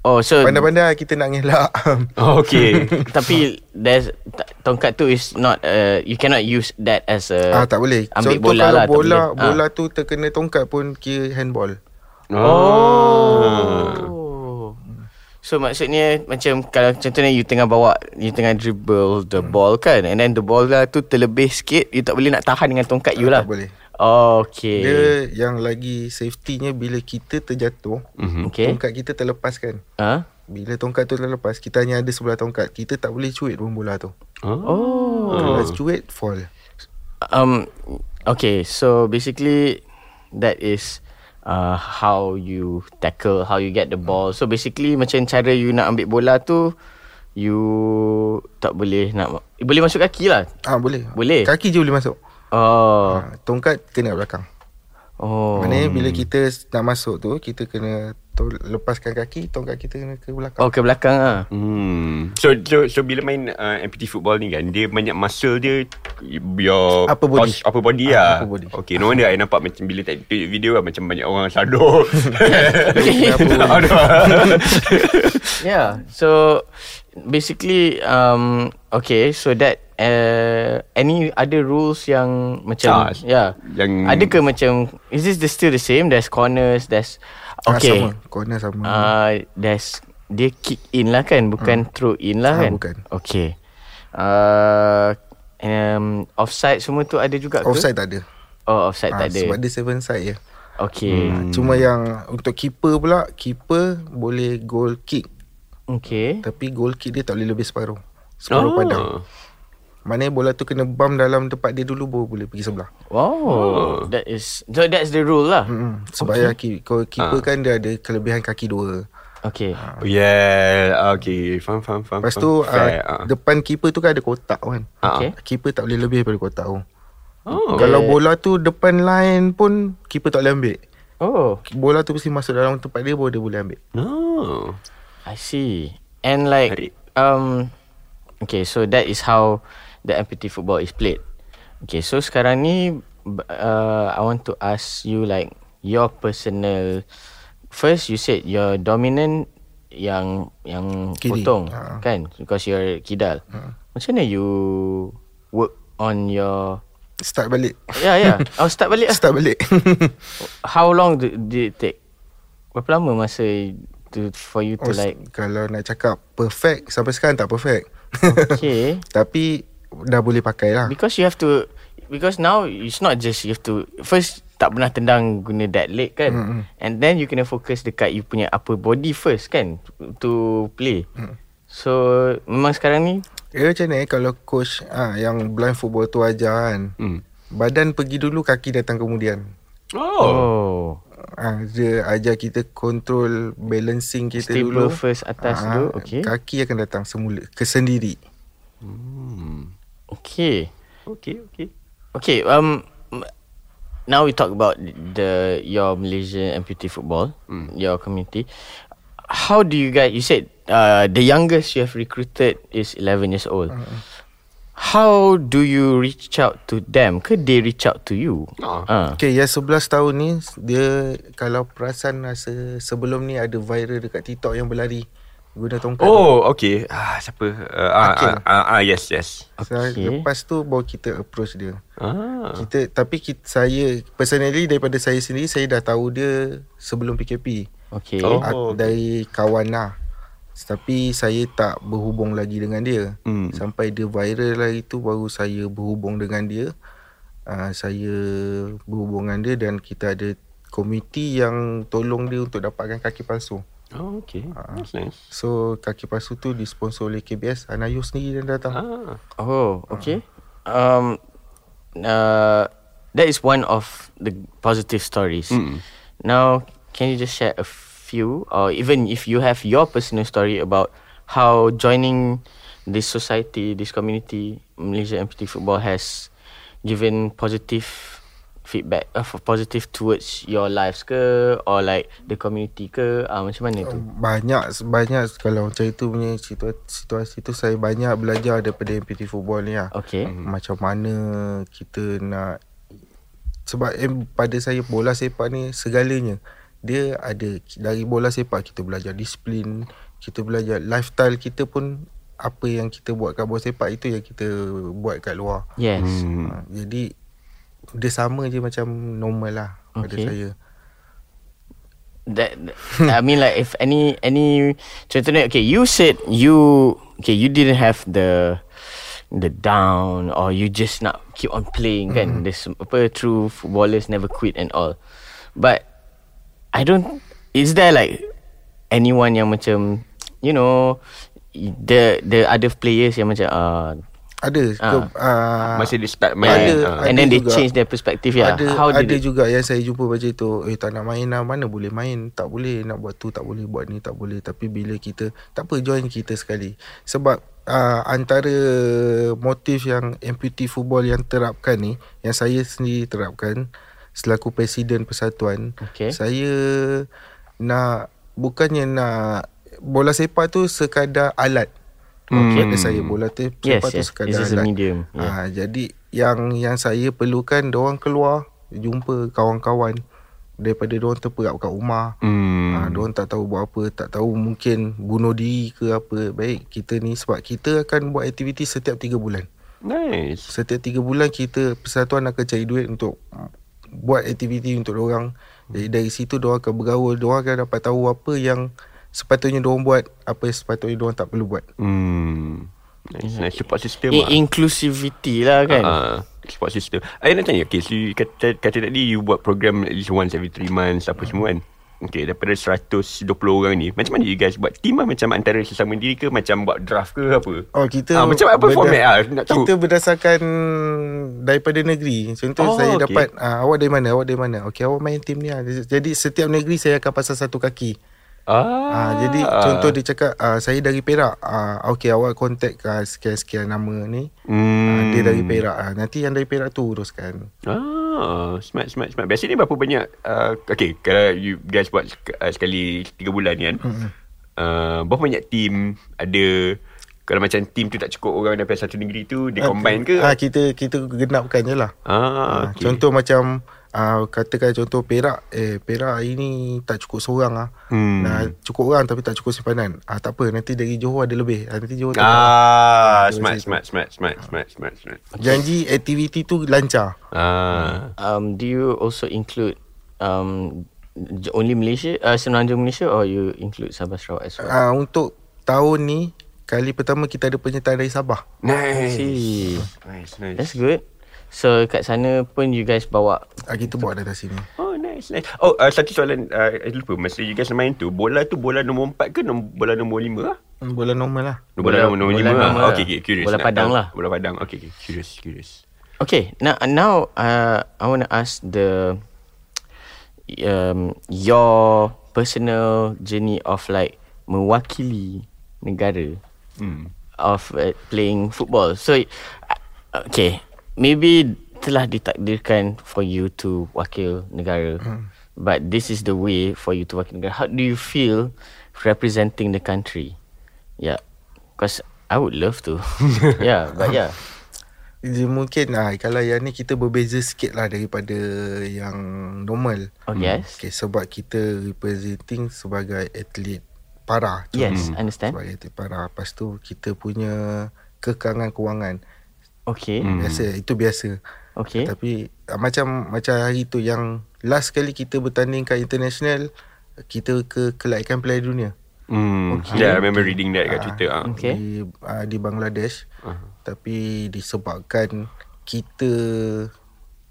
[SPEAKER 1] Oh so
[SPEAKER 3] Pandai-pandai kita nak ngelak
[SPEAKER 2] Oh, okay.
[SPEAKER 1] tapi there's ta- tongkat tu is not uh, you cannot use that as a
[SPEAKER 3] Ah tak boleh
[SPEAKER 1] ambil
[SPEAKER 3] Contoh
[SPEAKER 1] bola
[SPEAKER 3] kalau
[SPEAKER 1] lah, tak
[SPEAKER 3] bola
[SPEAKER 1] boleh. Ah.
[SPEAKER 3] Bola tu terkena tongkat pun Kira handball
[SPEAKER 2] oh.
[SPEAKER 1] Oh. So maksudnya macam kalau contohnya you tengah bawa you tengah dribble the
[SPEAKER 3] Hmm.
[SPEAKER 1] ball kan and then the ball lah tu terlebih sikit you tak boleh nak tahan dengan tongkat you lah.
[SPEAKER 3] Tak boleh
[SPEAKER 1] Oh, okay.
[SPEAKER 3] Dia yang lagi safety-nya Bila kita terjatuh
[SPEAKER 2] Mhm.
[SPEAKER 1] okay.
[SPEAKER 3] Tongkat kita terlepaskan
[SPEAKER 1] Ha?
[SPEAKER 3] Bila tongkat tu terlepas Kita hanya ada sebelah tongkat Kita tak boleh cuit pun bola tu
[SPEAKER 2] Oh.
[SPEAKER 1] Oh.
[SPEAKER 3] Kalau cuit fall
[SPEAKER 1] Um okay, so basically that is uh, how you tackle, how you get the
[SPEAKER 3] Hmm.
[SPEAKER 1] ball. So basically macam cara you nak ambil bola tu you tak boleh nak boleh masuk kaki lah.
[SPEAKER 3] Ah boleh
[SPEAKER 1] Boleh.
[SPEAKER 3] Kaki je boleh masuk
[SPEAKER 1] Oh.
[SPEAKER 3] ah, Tongkat kena kat belakang
[SPEAKER 1] Oh.
[SPEAKER 3] Maknanya bila kita nak masuk tu Kita kena tol- lepaskan kaki Tongkat kita kena ke belakang
[SPEAKER 1] Oh ke belakang ah.
[SPEAKER 2] Hmm. So, so, so bila main uh, amputee football ni kan, dia banyak muscle dia your
[SPEAKER 3] Upper body.
[SPEAKER 2] cons- upper body lah.
[SPEAKER 3] Ah, upper body.
[SPEAKER 2] Okay, no wonder I nampak macam bila tengok video lah, macam banyak orang shadow.
[SPEAKER 1] Yeah. So basically um okay so that uh, any other rules yang macam
[SPEAKER 2] Ah,
[SPEAKER 1] yeah.
[SPEAKER 2] yang-
[SPEAKER 1] ada ke macam is this the still the same there's corners there's
[SPEAKER 3] Ah,
[SPEAKER 1] okay.
[SPEAKER 3] sama Corner sama
[SPEAKER 1] Uh, there's dia kick in lah kan bukan throw in lah
[SPEAKER 3] Ah,
[SPEAKER 1] kan.
[SPEAKER 3] bukan.
[SPEAKER 1] Okay. Uh, um, offside semua tu ada juga
[SPEAKER 3] Offside
[SPEAKER 1] ke?
[SPEAKER 3] tak ada
[SPEAKER 1] Oh offside
[SPEAKER 3] Ah,
[SPEAKER 1] tak ada.
[SPEAKER 3] Sebab dia seven side je
[SPEAKER 1] Okay.
[SPEAKER 3] hmm. Cuma yang Untuk keeper pula Keeper boleh goal kick
[SPEAKER 1] Okay.
[SPEAKER 3] Tapi goal kick dia tak boleh lebih separuh Separuh oh. padang Maknanya bola tu kena bam dalam tempat dia dulu Baru boleh pergi sebelah
[SPEAKER 1] Wow oh. That is So that's the rule lah
[SPEAKER 3] hmm, Sebab okay. kaki, kalau
[SPEAKER 1] Ah.
[SPEAKER 3] keeper kan dia ada kelebihan kaki dua
[SPEAKER 1] Okay
[SPEAKER 3] Ah.
[SPEAKER 2] Oh, Yeah Okay Faham faham faham
[SPEAKER 3] Lepas
[SPEAKER 2] faham.
[SPEAKER 3] tu
[SPEAKER 2] Fair,
[SPEAKER 3] uh,
[SPEAKER 2] ah.
[SPEAKER 3] Depan keeper tu kan ada kotak kan
[SPEAKER 2] Ah,
[SPEAKER 1] Okay
[SPEAKER 3] Keeper tak boleh lebih daripada kotak tu
[SPEAKER 2] Oh
[SPEAKER 3] Kalau bola tu depan line pun Keeper tak boleh ambil
[SPEAKER 1] Oh
[SPEAKER 3] Bola tu mesti masuk dalam tempat dia Baru dia boleh ambil
[SPEAKER 2] No
[SPEAKER 1] I see. And like um okay, so that is how the amputee football is played. Okay, so sekarang ni b- uh, I want to ask you like your personal first you said your dominant yang yang
[SPEAKER 3] Kiri.
[SPEAKER 1] potong
[SPEAKER 3] Ha.
[SPEAKER 1] kan because you're kidal.
[SPEAKER 3] Ah.
[SPEAKER 1] Macam mana you work on your
[SPEAKER 3] Start balik
[SPEAKER 1] Yeah yeah. I'll start balik lah.
[SPEAKER 3] Start balik
[SPEAKER 1] How long did, did it take? Berapa lama masa to for you to
[SPEAKER 3] Oh,
[SPEAKER 1] like
[SPEAKER 3] Kalau nak cakap perfect Sampai sekarang tak perfect
[SPEAKER 1] okay
[SPEAKER 3] Tapi Dah boleh pakai lah
[SPEAKER 1] Because you have to Because now It's not just you have to First Tak pernah tendang Guna that leg kan mm-hmm. And then you kena focus Dekat you punya Upper body first kan To play mm. So Memang sekarang ni
[SPEAKER 3] Dia macam ni eh, Kalau coach ah, Yang blind football tu ajar kan
[SPEAKER 2] Hmm.
[SPEAKER 3] Badan pergi dulu Kaki datang kemudian
[SPEAKER 2] Oh,
[SPEAKER 1] oh.
[SPEAKER 3] ah, Dia ajar kita Control Balancing kita
[SPEAKER 1] Stable
[SPEAKER 3] dulu
[SPEAKER 1] first atas
[SPEAKER 3] Ah,
[SPEAKER 1] dulu Okay
[SPEAKER 3] Kaki akan datang semula Kesendiri
[SPEAKER 1] Okay
[SPEAKER 2] Okay okay
[SPEAKER 1] Okay um m- Now we talk about the your Malaysian amputee football, your community. How do you guys? You said uh, the youngest you have recruited is 11 years old. How do you reach out to them? Could they reach out to you?
[SPEAKER 2] Ah.
[SPEAKER 1] Ah.
[SPEAKER 3] Okay yang 11 tahun ni Dia Kalau perasan Rasa sebelum ni Ada viral dekat TikTok Yang berlari Guna tongkat
[SPEAKER 2] Oh okay ah, Siapa uh, ah,
[SPEAKER 3] Akil.
[SPEAKER 2] ah, ah, ah, Yes yes
[SPEAKER 3] So,
[SPEAKER 1] okay.
[SPEAKER 3] Lepas tu Baru kita approach dia
[SPEAKER 2] ah.
[SPEAKER 3] kita tapi kita, saya personally daripada saya sendiri saya dah tahu dia sebelum PKP.
[SPEAKER 1] Okay.
[SPEAKER 2] Oh.
[SPEAKER 3] Ak- dari kawan lah. Tapi saya tak berhubung lagi dengan dia.
[SPEAKER 2] Hmm.
[SPEAKER 3] Sampai dia viral lah itu baru saya berhubung dengan dia. Uh, saya berhubung dengan dia dan kita ada komiti yang tolong dia untuk dapatkan kaki palsu.
[SPEAKER 2] Oh okay
[SPEAKER 3] Ah.
[SPEAKER 2] That's nice
[SPEAKER 3] So kaki palsu tu disponsor oleh KBS Anayu sendiri yang datang.
[SPEAKER 2] ah.
[SPEAKER 1] Oh, okay. Um, uh, that is one of the positive stories.
[SPEAKER 2] Mm.
[SPEAKER 1] Now, can you just share a few, or even if you have your personal story about how joining this society, this community, Malaysia Amputee Football has given positive feedback, uh, for positive towards your lives ke, or like the community ke, uh, macam mana tu?
[SPEAKER 2] Um,
[SPEAKER 3] banyak banyak kalau macam itu punya situasi, situasi tu saya banyak belajar daripada MPT football ni lah.
[SPEAKER 1] Okay.
[SPEAKER 3] Macam mana kita nak sebab eh, pada saya bola sepak ni segalanya. Dia ada dari bola sepak kita belajar disiplin, kita belajar lifestyle kita pun apa yang kita buat kat bola sepak itu yang kita buat kat luar.
[SPEAKER 1] Yes.
[SPEAKER 2] Hmm.
[SPEAKER 3] Hmm. Jadi dia sama je macam normal lah pada
[SPEAKER 1] Okay.
[SPEAKER 3] saya.
[SPEAKER 1] that I mean like if any any contohnya okay you said you okay you didn't have the the down or you just not keep on playing kan this apa true footballers never quit and all but I don't is there like anyone yang macam you know the the other players yang macam uh,
[SPEAKER 3] Ada ke, ah,
[SPEAKER 2] Masih di start main
[SPEAKER 3] Ada,
[SPEAKER 2] ah.
[SPEAKER 1] and then they
[SPEAKER 3] juga.
[SPEAKER 1] change their perspective yeah
[SPEAKER 3] Ada
[SPEAKER 1] how did
[SPEAKER 3] ada
[SPEAKER 1] it
[SPEAKER 3] juga yang saya jumpa macam itu, eh tak nak main lah, mana boleh main, tak boleh nak buat tu, tak boleh buat ni, tak boleh. Tapi bila kita tak apa join kita sekali. Sebab uh, antara motif yang amputee football yang terapkan ni, yang saya sendiri terapkan selaku presiden persatuan,
[SPEAKER 1] Okay.
[SPEAKER 3] saya nak bukannya nak bola sepak tu sekadar alat. Okay. Pada
[SPEAKER 2] Hmm.
[SPEAKER 3] saya bola te-
[SPEAKER 1] Yes,
[SPEAKER 3] sepak tu
[SPEAKER 1] yes.
[SPEAKER 3] sekadar
[SPEAKER 1] It's just a
[SPEAKER 3] alat.
[SPEAKER 1] medium.
[SPEAKER 3] Ah, Ha, jadi yang yang saya perlukan diorang keluar jumpa kawan-kawan daripada diorang terperap kat rumah.
[SPEAKER 2] Hmm.
[SPEAKER 3] Hmm. Ha, diorang tak tahu buat apa, tak tahu mungkin bunuh diri ke apa. Baik kita ni sebab kita akan buat aktiviti setiap 3 bulan.
[SPEAKER 2] Nice
[SPEAKER 3] Setiap 3 bulan kita persatuan akan cari duit untuk buat aktiviti untuk diorang. Jadi dari situ diorang akan bergaul, diorang akan dapat tahu apa yang sepatutnya diorang buat, apa yang sepatutnya diorang tak perlu buat.
[SPEAKER 2] Hmm Nice, nice support system
[SPEAKER 1] I-
[SPEAKER 2] lah
[SPEAKER 1] inclusivity lah kan
[SPEAKER 2] uh, Support system I nak tanya Okay so you kata, kata tadi You buat program At least once every three months Apa semua kan Okay, daripada 120 orang ni Macam mana you guys buat team lah Macam antara sesama diri ke Macam buat draft ke apa
[SPEAKER 3] Oh kita
[SPEAKER 2] Ah, Macam apa
[SPEAKER 3] berda-
[SPEAKER 2] format lah Nak tahu
[SPEAKER 3] Kita berdasarkan daripada negeri. Contoh
[SPEAKER 2] Oh,
[SPEAKER 3] oh, saya
[SPEAKER 2] okey.
[SPEAKER 3] okay. dapat uh, awak dari mana? Awak dari mana? Okey awak main team ni lah. Jadi setiap negeri saya akan pasang satu kaki.
[SPEAKER 2] ah,
[SPEAKER 3] Ah, jadi contoh dia cakap uh, saya dari Perak. Uh, okey awak contact uh, sekian-sekian nama ni.
[SPEAKER 2] hmm.
[SPEAKER 3] Hmm. Uh, dia dari Perak. Uh, nanti yang dari Perak tu uruskan.
[SPEAKER 2] Ah, smart, smart, smart. Biasa ni berapa banyak? Uh, okay, kalau you guys buat sek- uh, sekali 3 bulan ni kan. Uh, berapa banyak team ada... Kalau macam team tu tak cukup orang daripada satu negeri tu, dia combine ke?
[SPEAKER 3] Ah uh, kita kita genapkan je lah.
[SPEAKER 2] Ah,
[SPEAKER 3] Ah, okay. Contoh macam uh, katakan contoh Perak eh Perak hari ni tak cukup seorang ah.
[SPEAKER 2] Hmm.
[SPEAKER 3] Hmm. Nah, cukup orang tapi tak cukup simpanan. Ah tak apa nanti dari Johor ada lebih. Ah, nanti Johor tak
[SPEAKER 2] Ah,
[SPEAKER 3] ada. Ah,
[SPEAKER 2] smart,
[SPEAKER 3] tu
[SPEAKER 2] smart, smart, smart, smart, smart, smart.
[SPEAKER 3] Janji aktiviti tu lancar.
[SPEAKER 2] Ah,
[SPEAKER 1] Um, do you also include um, j- only Malaysia, uh, Semenanjung Malaysia or you include Sabah Sarawak as well?
[SPEAKER 3] Ah untuk tahun ni kali pertama kita ada penyertaan dari Sabah.
[SPEAKER 2] nice.
[SPEAKER 1] see.
[SPEAKER 2] Nice, nice.
[SPEAKER 1] That's good. So kat sana pun you guys bawa
[SPEAKER 3] Ah kita buat dari sini.
[SPEAKER 2] Oh nice nice Oh uh, satu soalan uh, I lupa Masa you guys main tu Bola tu bola nombor 4 ke nom- Bola nombor 5 lah
[SPEAKER 3] Hmm, Bola normal lah.
[SPEAKER 1] Bola-
[SPEAKER 2] Bola, bola nombor
[SPEAKER 1] bola
[SPEAKER 2] 5 lah
[SPEAKER 1] normal
[SPEAKER 2] Okay
[SPEAKER 1] lah.
[SPEAKER 2] okay curious
[SPEAKER 1] Bola
[SPEAKER 2] nak
[SPEAKER 1] padang
[SPEAKER 2] tahu.
[SPEAKER 1] lah.
[SPEAKER 2] Bola padang Okay okay curious curious
[SPEAKER 1] Okay, now now uh, I want to ask the um, your personal journey of like mewakili negara
[SPEAKER 2] Hmm
[SPEAKER 1] of uh, playing football. So uh, okay, maybe telah ditakdirkan for you to wakil negara. But this is the way for you to wakil negara. How do you feel representing the country? Yeah. Because I would love to. yeah, but yeah.
[SPEAKER 3] Dia mungkin ah kalau yang ni kita berbeza sikit lah daripada yang normal.
[SPEAKER 1] Oh, yes.
[SPEAKER 3] Okay, sebab kita representing sebagai atlet para.
[SPEAKER 1] Yes, understand.
[SPEAKER 3] Sebagai atlet para. Lepas tu kita punya kekangan kewangan.
[SPEAKER 1] Okay.
[SPEAKER 3] Hmm. Biasa, itu biasa.
[SPEAKER 1] Okay.
[SPEAKER 3] Tapi ah, macam macam hari tu yang last kali kita bertanding kat international kita ke kelaikan Piala Dunia.
[SPEAKER 2] Hmm okay. Yeah I remember reading that kat Twitter ah.
[SPEAKER 1] Okay.
[SPEAKER 3] di uh, di Bangladesh uh-huh. tapi disebabkan kita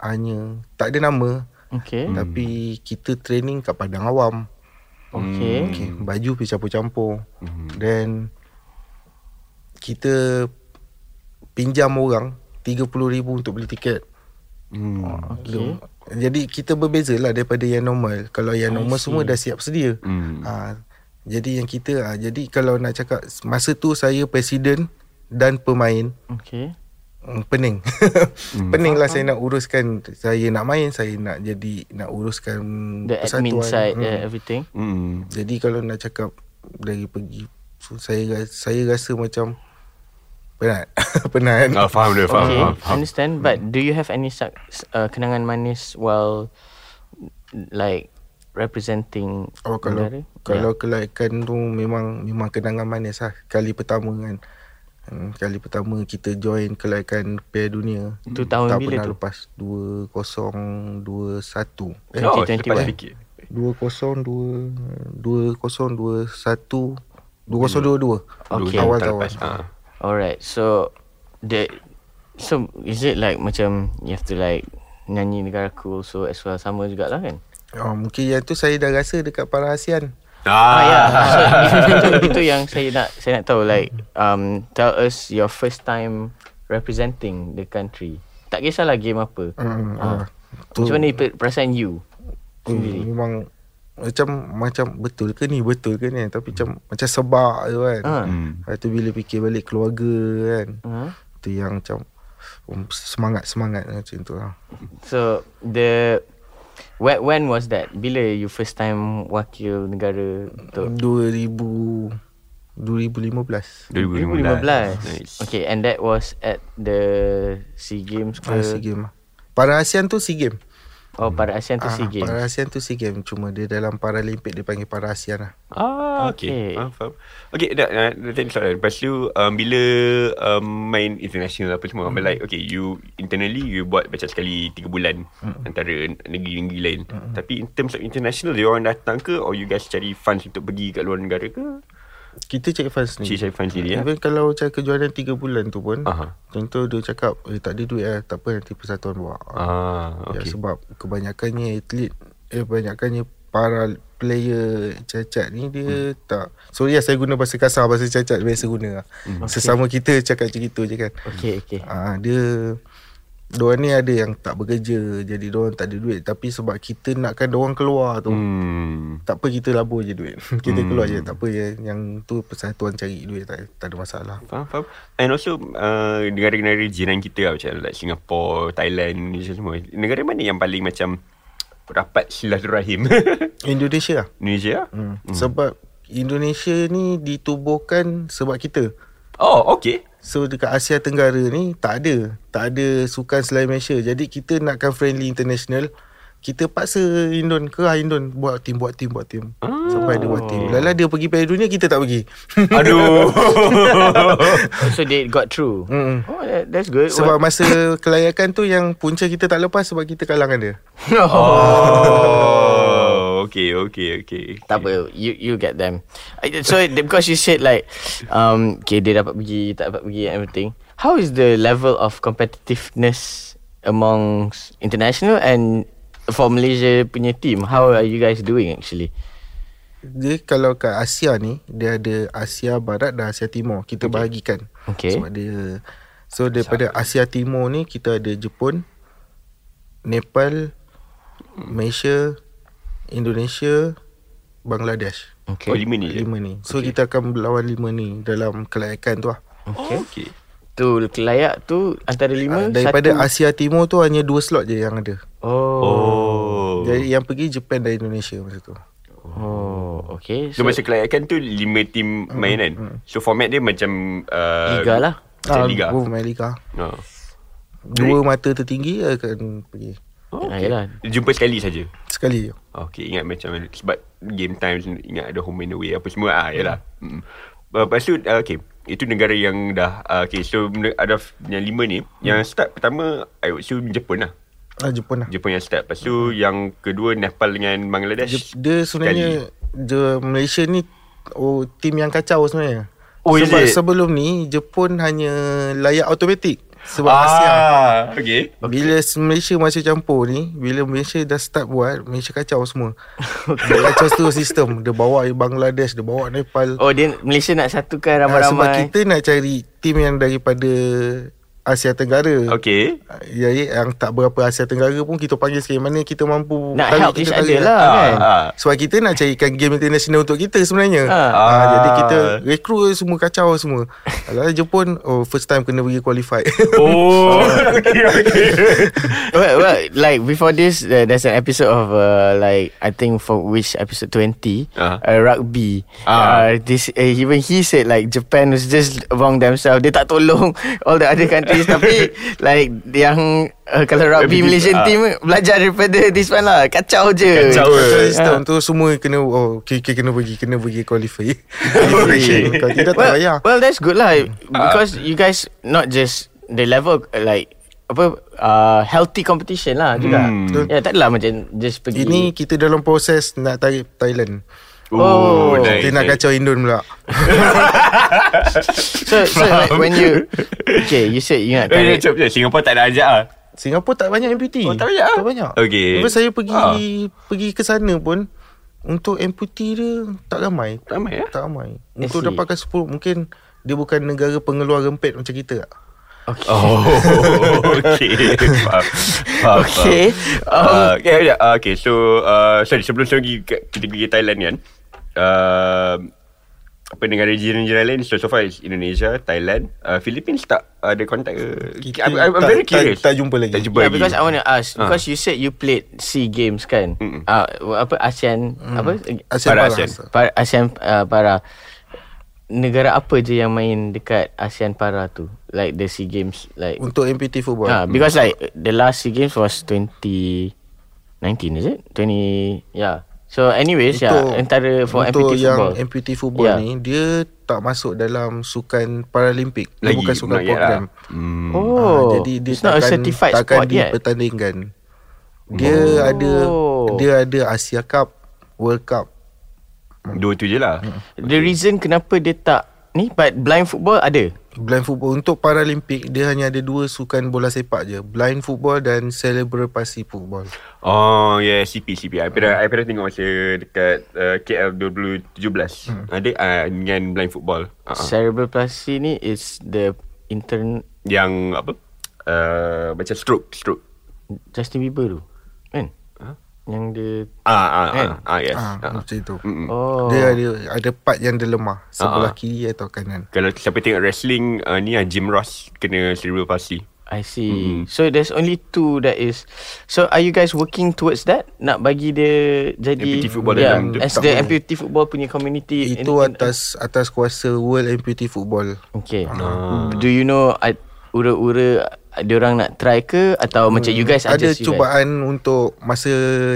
[SPEAKER 3] hanya tak ada nama
[SPEAKER 1] Okay.
[SPEAKER 3] hmm. tapi kita training kat padang awam
[SPEAKER 1] Okay.
[SPEAKER 3] okay baju pergi campur-campur then kita pinjam orang 30000 untuk beli tiket
[SPEAKER 2] Hmm
[SPEAKER 1] Okay.
[SPEAKER 3] jadi kita berbeza lah daripada yang normal kalau yang normal semua dah siap sedia
[SPEAKER 2] Hmm
[SPEAKER 3] Ah, jadi yang kita ah, jadi kalau nak cakap masa tu saya presiden dan pemain
[SPEAKER 1] Okay.
[SPEAKER 3] mm, pening. pening lah saya nak uruskan saya nak main, saya nak jadi nak uruskan
[SPEAKER 1] The admin side, eh,
[SPEAKER 3] Hmm.
[SPEAKER 1] yeah, everything.
[SPEAKER 2] Hmm
[SPEAKER 3] Jadi kalau nak cakap dari pergi so, saya ra- saya rasa macam penat. penat.
[SPEAKER 2] Ah, faham dia faham,
[SPEAKER 1] Okay,
[SPEAKER 2] faham, faham.
[SPEAKER 3] Hmm.
[SPEAKER 1] understand. But do you have any suc- uh, kenangan manis while like representing
[SPEAKER 3] Oh kalau
[SPEAKER 1] negara?
[SPEAKER 3] kalau kelaikan tu memang memang kenangan manis lah kali pertama kan. Hmm, kali pertama kita join kelaikan Piala Dunia.
[SPEAKER 1] Tu tahun
[SPEAKER 3] tak
[SPEAKER 1] bila
[SPEAKER 3] pernah
[SPEAKER 1] tu?
[SPEAKER 3] lepas 2021. Eh,
[SPEAKER 2] Oh
[SPEAKER 1] 2021.
[SPEAKER 2] lepas fikir
[SPEAKER 3] 2002 2021 2022.
[SPEAKER 1] Okay.
[SPEAKER 3] Awal-awal.
[SPEAKER 2] Ah.
[SPEAKER 1] Alright, so the so is it like macam you have to like nyanyi negara cool so as well sama jugalah kan?
[SPEAKER 3] Oh, mungkin yang tu saya dah rasa dekat para ASEAN.
[SPEAKER 1] Ah, ya.
[SPEAKER 2] Ah,
[SPEAKER 1] So, itu, itu, itu yang saya nak saya nak tahu like um tell us your first time representing the country. Tak kisahlah game apa.
[SPEAKER 3] Hmm,
[SPEAKER 1] Ah.
[SPEAKER 3] ah, tu.
[SPEAKER 1] Macam mana per- perasaan you?
[SPEAKER 3] Hmm, memang macam macam betul ke ni betul ke ni tapi macam macam sebab tu kan.
[SPEAKER 1] Ah.
[SPEAKER 2] Hmm.
[SPEAKER 3] Lepas tu bila fikir balik keluarga kan.
[SPEAKER 1] Ah.
[SPEAKER 3] Tu yang macam um, semangat-semangat macam tu lah.
[SPEAKER 1] So the when, when was that? Bila you first time wakil negara untuk
[SPEAKER 3] 2000
[SPEAKER 2] 2015 Nice.
[SPEAKER 3] 2015.
[SPEAKER 1] 2015. Okay, and that was at the SEA Games ke?
[SPEAKER 3] Ah, SEA Games. Para ASEAN tu SEA Games.
[SPEAKER 1] Oh, pada ASEAN tu
[SPEAKER 3] Ah,
[SPEAKER 1] SEA Games.
[SPEAKER 3] Para ASEAN tu SEA Games Cuma dia dalam Paralimpik Dia panggil Para ASEAN lah
[SPEAKER 2] Ah,
[SPEAKER 1] Okay.
[SPEAKER 2] okay. Faham, faham. Okay, dah, dah, dah tadi soalan. Lepas tu, um, bila um, main international apa semua, hmm. like, okay, you internally, you buat macam sekali 3 bulan hmm. antara negeri-negeri lain. Hmm. Tapi in terms of international, dia orang datang ke or you guys cari funds untuk pergi kat luar negara ke?
[SPEAKER 3] Kita cari fans ni
[SPEAKER 2] Cik cari funds sendiri, ya?
[SPEAKER 3] Even kalau macam kejuaraan 3 bulan tu pun
[SPEAKER 2] Aha.
[SPEAKER 3] Contoh dia cakap eh, Tak ada duit lah Tak apa nanti persatuan bawa
[SPEAKER 2] Ah,
[SPEAKER 3] ya,
[SPEAKER 2] okay.
[SPEAKER 3] Sebab kebanyakannya atlet Eh kebanyakannya para player cacat ni dia hmm. tak sorry lah saya guna bahasa kasar bahasa cacat biasa guna lah. Hmm. Sesama kita cakap macam itu je kan.
[SPEAKER 1] Okay, okay.
[SPEAKER 3] Ah dia Diorang ni ada yang tak bekerja Jadi diorang tak ada duit Tapi sebab kita nakkan diorang keluar tu hmm.
[SPEAKER 2] Hmm.
[SPEAKER 3] Tak apa kita labur je duit Kita keluar je Tak apa je Yang tu persatuan cari duit Tak, tak ada masalah
[SPEAKER 2] Faham, faham. And also, uh, negara-negara jiran kita lah, macam like Singapore, Thailand, Malaysia semua. Negara mana yang paling macam rapat silaturahim?
[SPEAKER 3] Indonesia lah
[SPEAKER 2] Indonesia?
[SPEAKER 3] hmm. Sebab Indonesia ni ditubuhkan sebab kita
[SPEAKER 2] Oh, okay.
[SPEAKER 3] So dekat Asia Tenggara ni tak ada Tak ada sukan selain Malaysia Jadi kita nakkan friendly international Kita paksa Indon ke Indon Buat team, buat team, buat team oh. Sampai dia buat team Lala dia pergi Piala Dunia kita tak pergi
[SPEAKER 2] Aduh.
[SPEAKER 1] So they got through
[SPEAKER 3] Mm-mm.
[SPEAKER 1] Oh that, that's good
[SPEAKER 3] Hmm. Sebab masa kelayakan tu yang punca kita tak lepas Sebab kita kalah dengan dia
[SPEAKER 1] What-
[SPEAKER 2] oh, okay, okay, okay.
[SPEAKER 1] Tak apa You you get them I- So the- because you said like um, Okay dia dapat pergi Tak dapat pergi and everything How is the level of competitiveness Amongst international and For Malaysia punya team How are you guys doing actually
[SPEAKER 3] Dia kalau kat Asia ni Dia ada Asia Barat dan Asia Timur Kita okay. bahagikan
[SPEAKER 1] Okay.
[SPEAKER 3] Sebab dia So daripada Asia Timur ni Kita ada Jepun Nepal Malaysia Indonesia Bangladesh
[SPEAKER 2] Oh,
[SPEAKER 1] Okay
[SPEAKER 2] lima ni je?
[SPEAKER 3] Lima ni So okay. kita akan lawan lima ni Dalam kelayakan tu lah
[SPEAKER 2] Okay. Oh, okay.
[SPEAKER 1] Tu kelayak tu Antara lima
[SPEAKER 3] Ah, Daripada
[SPEAKER 1] satu.
[SPEAKER 3] Asia Timur tu Hanya dua slot je yang ada
[SPEAKER 1] Oh
[SPEAKER 2] Oh.
[SPEAKER 3] Jadi yang pergi Japan dan Indonesia masa tu
[SPEAKER 1] Oh Okay
[SPEAKER 2] So, masa kelayakan tu lima tim main kan? So, format dia macam... Uh,
[SPEAKER 1] Liga lah
[SPEAKER 2] Macam Liga.
[SPEAKER 3] Oh main Liga
[SPEAKER 2] Oh.
[SPEAKER 3] Dua mata tertinggi akan pergi
[SPEAKER 2] Oh,
[SPEAKER 1] Ah,
[SPEAKER 2] okay.
[SPEAKER 1] yelah.
[SPEAKER 2] Jumpa sekali saja.
[SPEAKER 3] Sekali je
[SPEAKER 2] Okay, ingat macam sebab game time ingat ada home and away apa semua ah yalah. Hmm. Uh, lepas tu uh, okay, itu negara yang dah uh, okay so men- ada f- yang lima ni hmm. yang start pertama I would assume Jepun lah.
[SPEAKER 3] Ah, Jepun lah
[SPEAKER 2] Jepun yang start. Lepas tu hmm. yang kedua Nepal dengan Bangladesh.
[SPEAKER 3] Dia, dia sebenarnya dia Malaysia ni oh tim yang kacau sebenarnya.
[SPEAKER 2] Oh, is
[SPEAKER 3] sebab
[SPEAKER 2] it?
[SPEAKER 3] sebelum ni Jepun hanya layak automatik sebab ah. Asia.
[SPEAKER 2] Ah, okay.
[SPEAKER 3] Bila Malaysia masih campur ni, bila Malaysia dah start buat, Malaysia kacau semua. Dia kacau seluruh sistem. Dia bawa Bangladesh, dia bawa Nepal.
[SPEAKER 1] Oh dia Malaysia nak satukan
[SPEAKER 3] Ah, sebab
[SPEAKER 1] ramai-ramai
[SPEAKER 3] kita nak cari tim yang daripada Asia Tenggara.
[SPEAKER 2] Okay.
[SPEAKER 3] Ya, ya, yang tak berapa Asia Tenggara pun kita panggil sekali mana kita mampu
[SPEAKER 1] Nak
[SPEAKER 3] tarik,
[SPEAKER 1] help
[SPEAKER 3] kita ya.
[SPEAKER 1] each
[SPEAKER 3] tarik.
[SPEAKER 1] other lah kan
[SPEAKER 2] Ah,
[SPEAKER 3] Sebab kita nak carikan game international untuk kita sebenarnya.
[SPEAKER 1] Ha.
[SPEAKER 3] Ha. Ha, jadi
[SPEAKER 2] Ah.
[SPEAKER 3] kita rekrut semua kacau semua. Alah Jepun oh first time kena pergi qualify.
[SPEAKER 2] Oh, okay, okay.
[SPEAKER 1] well, well, like before this, uh, there's an episode of uh, like I think for which episode twenty, uh-huh.
[SPEAKER 2] Ah.
[SPEAKER 1] uh, rugby.
[SPEAKER 2] Ah.
[SPEAKER 1] Uh-huh. Uh, this uh, even he said like Japan was just wrong themselves. Dia tak tolong all the other countries. tapi like yang uh, kalau rugby
[SPEAKER 2] Rugby,
[SPEAKER 1] Malaysian
[SPEAKER 2] ah.
[SPEAKER 1] team belajar daripada this one lah. Kacau je.
[SPEAKER 2] Kacau.
[SPEAKER 3] Kacau
[SPEAKER 2] Ah.
[SPEAKER 3] sistem tu semua kena oh okay, okay kena pergi kena pergi qualify.
[SPEAKER 2] Okay.
[SPEAKER 3] Kalau tidak tak
[SPEAKER 1] well,
[SPEAKER 3] payah.
[SPEAKER 1] well, that's good lah
[SPEAKER 2] Ah.
[SPEAKER 1] because you guys not just the level uh, like apa uh, healthy competition lah juga.
[SPEAKER 2] Hmm.
[SPEAKER 1] Ya yeah, tak adalah macam just pergi.
[SPEAKER 3] Ini kita dalam proses nak tarik Thailand.
[SPEAKER 1] Oh.
[SPEAKER 2] nice,
[SPEAKER 3] Kita nak
[SPEAKER 2] nice.
[SPEAKER 3] kacau Indon pula.
[SPEAKER 1] So, so like, when you Okay you said you nak
[SPEAKER 2] Eh, eh,
[SPEAKER 1] tarik
[SPEAKER 2] jom, jom. Singapura tak nak ajak ah.
[SPEAKER 3] Singapura tak banyak amputee.
[SPEAKER 2] Oh, tak banyak ah?
[SPEAKER 3] Tak banyak.
[SPEAKER 2] Okay.
[SPEAKER 3] Even saya pergi
[SPEAKER 2] Ah.
[SPEAKER 3] pergi ke sana pun untuk amputee dia tak ramai.
[SPEAKER 2] Tak ramai, ah?
[SPEAKER 3] Tak ramai. Untuk
[SPEAKER 1] see.
[SPEAKER 3] dapatkan 10 mungkin dia bukan negara pengeluar rempit macam kita. tak?
[SPEAKER 1] Okay
[SPEAKER 2] Oh, okay. Faham. Faham,
[SPEAKER 1] Okay um,
[SPEAKER 2] Uh, okay, yeah, uh, okay, so uh, sorry sebelum saya pergi ke- kita pergi ke Thailand ni kan. Uh, apa negara jiran-jiran lain so, so far is Indonesia, Thailand, uh, Philippines tak ada kontak ke?
[SPEAKER 3] Kita
[SPEAKER 2] I'm, I'm, I'm
[SPEAKER 3] tak-
[SPEAKER 2] very
[SPEAKER 3] tak-
[SPEAKER 2] curious.
[SPEAKER 3] tak jumpa lagi.
[SPEAKER 2] Tak jumpa
[SPEAKER 1] Yeah
[SPEAKER 2] lagi.
[SPEAKER 1] Ya, because I want to ask
[SPEAKER 2] Ah.
[SPEAKER 1] Because you said you played SEA Games kan
[SPEAKER 2] Mm-mm.
[SPEAKER 1] uh, Apa ASEAN Apa
[SPEAKER 3] Mm. ASEAN
[SPEAKER 2] Para
[SPEAKER 3] Para
[SPEAKER 2] ASEAN.
[SPEAKER 3] ASEAN.
[SPEAKER 1] para, ASEAN uh, Para Negara apa je yang main Dekat ASEAN Para tu Like the SEA Games Like
[SPEAKER 3] Untuk MPT football.
[SPEAKER 1] uh, Because like The last SEA Games was 2019 is it? 20 Yeah So anyways yeah, Antara for
[SPEAKER 3] untuk
[SPEAKER 1] amputee
[SPEAKER 3] yang
[SPEAKER 1] football Ya.
[SPEAKER 3] MPT football
[SPEAKER 1] Yeah.
[SPEAKER 3] ni dia tak masuk dalam sukan Paralimpik. Dia bukan sukan
[SPEAKER 2] not yet
[SPEAKER 3] program.
[SPEAKER 2] Lah. Hmm.
[SPEAKER 3] Ah,
[SPEAKER 1] Oh
[SPEAKER 3] jadi dia
[SPEAKER 1] It's not a
[SPEAKER 3] takkan,
[SPEAKER 1] certified
[SPEAKER 3] takkan
[SPEAKER 1] sport yet Oh.
[SPEAKER 3] dipertandingkan. Dia ada dia ada Asia Cup, World Cup.
[SPEAKER 2] Dua tu je lah.
[SPEAKER 3] Hmm.
[SPEAKER 1] The reason kenapa dia tak ni but blind football ada.
[SPEAKER 3] Blind football untuk Paralympic dia hanya ada dua sukan bola sepak je, blind football dan cerebral palsy football.
[SPEAKER 2] Oh yeah CP CP I
[SPEAKER 3] Hmm.
[SPEAKER 2] pernah, I pernah tengok masa Dekat uh, KL 2017 hmm. Ada uh, Dengan blind football uh-huh.
[SPEAKER 1] Cerebral palsy ni is the intern
[SPEAKER 2] Yang apa uh, Macam stroke Stroke
[SPEAKER 1] Justin Bieber tu. Kan? Yang dia
[SPEAKER 2] Ah ah ah,
[SPEAKER 1] Kan?
[SPEAKER 2] ah yes
[SPEAKER 3] Ah,
[SPEAKER 2] ah.
[SPEAKER 3] macam itu.
[SPEAKER 1] Oh.
[SPEAKER 3] Dia ada ada part yang dia lemah, sebelah
[SPEAKER 2] Ah.
[SPEAKER 3] kiri atau kanan.
[SPEAKER 2] Kalau siapa tengok wrestling uh, Ni lah Jim Ross Kena cerebral palsy
[SPEAKER 1] I
[SPEAKER 2] Hmm.
[SPEAKER 1] see. So there's only two that is. So are you guys working towards that? Nak bagi dia jadi
[SPEAKER 2] Amputee football
[SPEAKER 1] yeah,
[SPEAKER 2] dalam-
[SPEAKER 1] as the amputee football punya community.
[SPEAKER 3] Itu
[SPEAKER 1] in- in-
[SPEAKER 3] atas atas kuasa World Amputee Football.
[SPEAKER 1] Okay.
[SPEAKER 2] Ah.
[SPEAKER 1] Do you know uh, ura-ura uh, diorang nak try ke atau macam you guys
[SPEAKER 3] Hmm. ada
[SPEAKER 1] just you guys-
[SPEAKER 3] cubaan untuk masa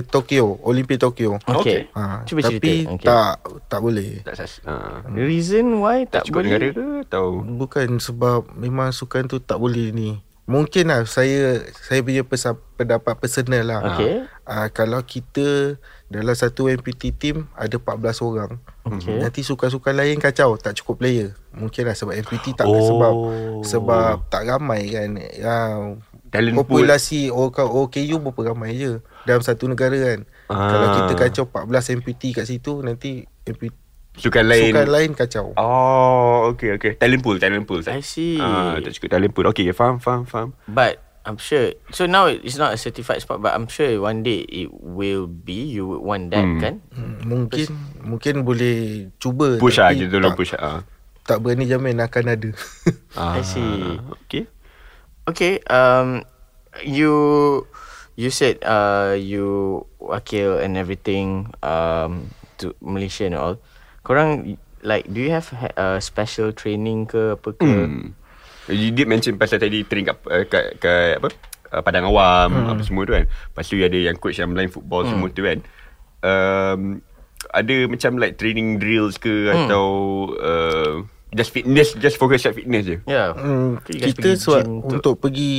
[SPEAKER 3] Tokyo, Olimpik Tokyo.
[SPEAKER 1] Okay.
[SPEAKER 2] Okay.
[SPEAKER 3] Ha,
[SPEAKER 1] Oh. Cuba
[SPEAKER 3] tapi
[SPEAKER 1] cerita. Okay.
[SPEAKER 3] tak tak boleh.
[SPEAKER 2] Tak sas uh,
[SPEAKER 1] The reason why tak,
[SPEAKER 2] Cukup negara
[SPEAKER 1] boleh
[SPEAKER 2] ke Atau
[SPEAKER 3] Bukan sebab memang sukan tu tak boleh ni. Mungkin lah saya saya punya pesa, pendapat personal lah.
[SPEAKER 1] Okay.
[SPEAKER 3] Ah, kalau kita dalam satu MPT team ada 14 orang. Hmm,
[SPEAKER 1] Okay.
[SPEAKER 3] Nanti sukan-sukan lain kacau, tak cukup player. Mungkin lah sebab MPT tak oh. sebab sebab tak ramai kan. Ya,
[SPEAKER 2] Talent pool
[SPEAKER 3] populasi OK, OKU berapa ramai je dalam satu negara kan.
[SPEAKER 2] Ah.
[SPEAKER 3] Kalau kita kacau 14 MPT kat situ nanti MPT
[SPEAKER 2] Sukan
[SPEAKER 3] lain.
[SPEAKER 2] lain
[SPEAKER 3] sukan lain kacau.
[SPEAKER 2] Oh okay okay Talent pool Talent pool
[SPEAKER 1] I see.
[SPEAKER 2] Ah, Tak cukup talent pool Okay faham faham faham
[SPEAKER 1] But I'm sure. So now it's not a certified sport, but I'm sure one day it will be. You would want that,
[SPEAKER 2] Hmm.
[SPEAKER 1] kan?
[SPEAKER 3] Hmm, Mungkin mungkin boleh cuba
[SPEAKER 2] Push lah
[SPEAKER 3] tapi
[SPEAKER 2] Kita tolong
[SPEAKER 3] tak,
[SPEAKER 2] push lah
[SPEAKER 3] tak berani jamin akan ada.
[SPEAKER 1] I
[SPEAKER 2] Ah,
[SPEAKER 1] see.
[SPEAKER 2] Okay
[SPEAKER 1] Okay. Um, you you said uh you wakil and everything um to Malaysia and all. Korang like do you have ha- uh, special training ke apa ke?
[SPEAKER 2] Hmm. You did mention pasal tadi train kat, uh, kat, kat apa? Uh, padang awam hmm. apa semua tu kan. Lepas tu ada yang coach yang blind football hmm. semua tu kan. Um, ada macam like training drills ke hmm. atau uh, just fitness just focus at fitness je.
[SPEAKER 1] Yeah.
[SPEAKER 3] Hmm,
[SPEAKER 1] You guys
[SPEAKER 3] kita
[SPEAKER 1] pergi gym
[SPEAKER 3] sebab
[SPEAKER 1] tu.
[SPEAKER 3] untuk pergi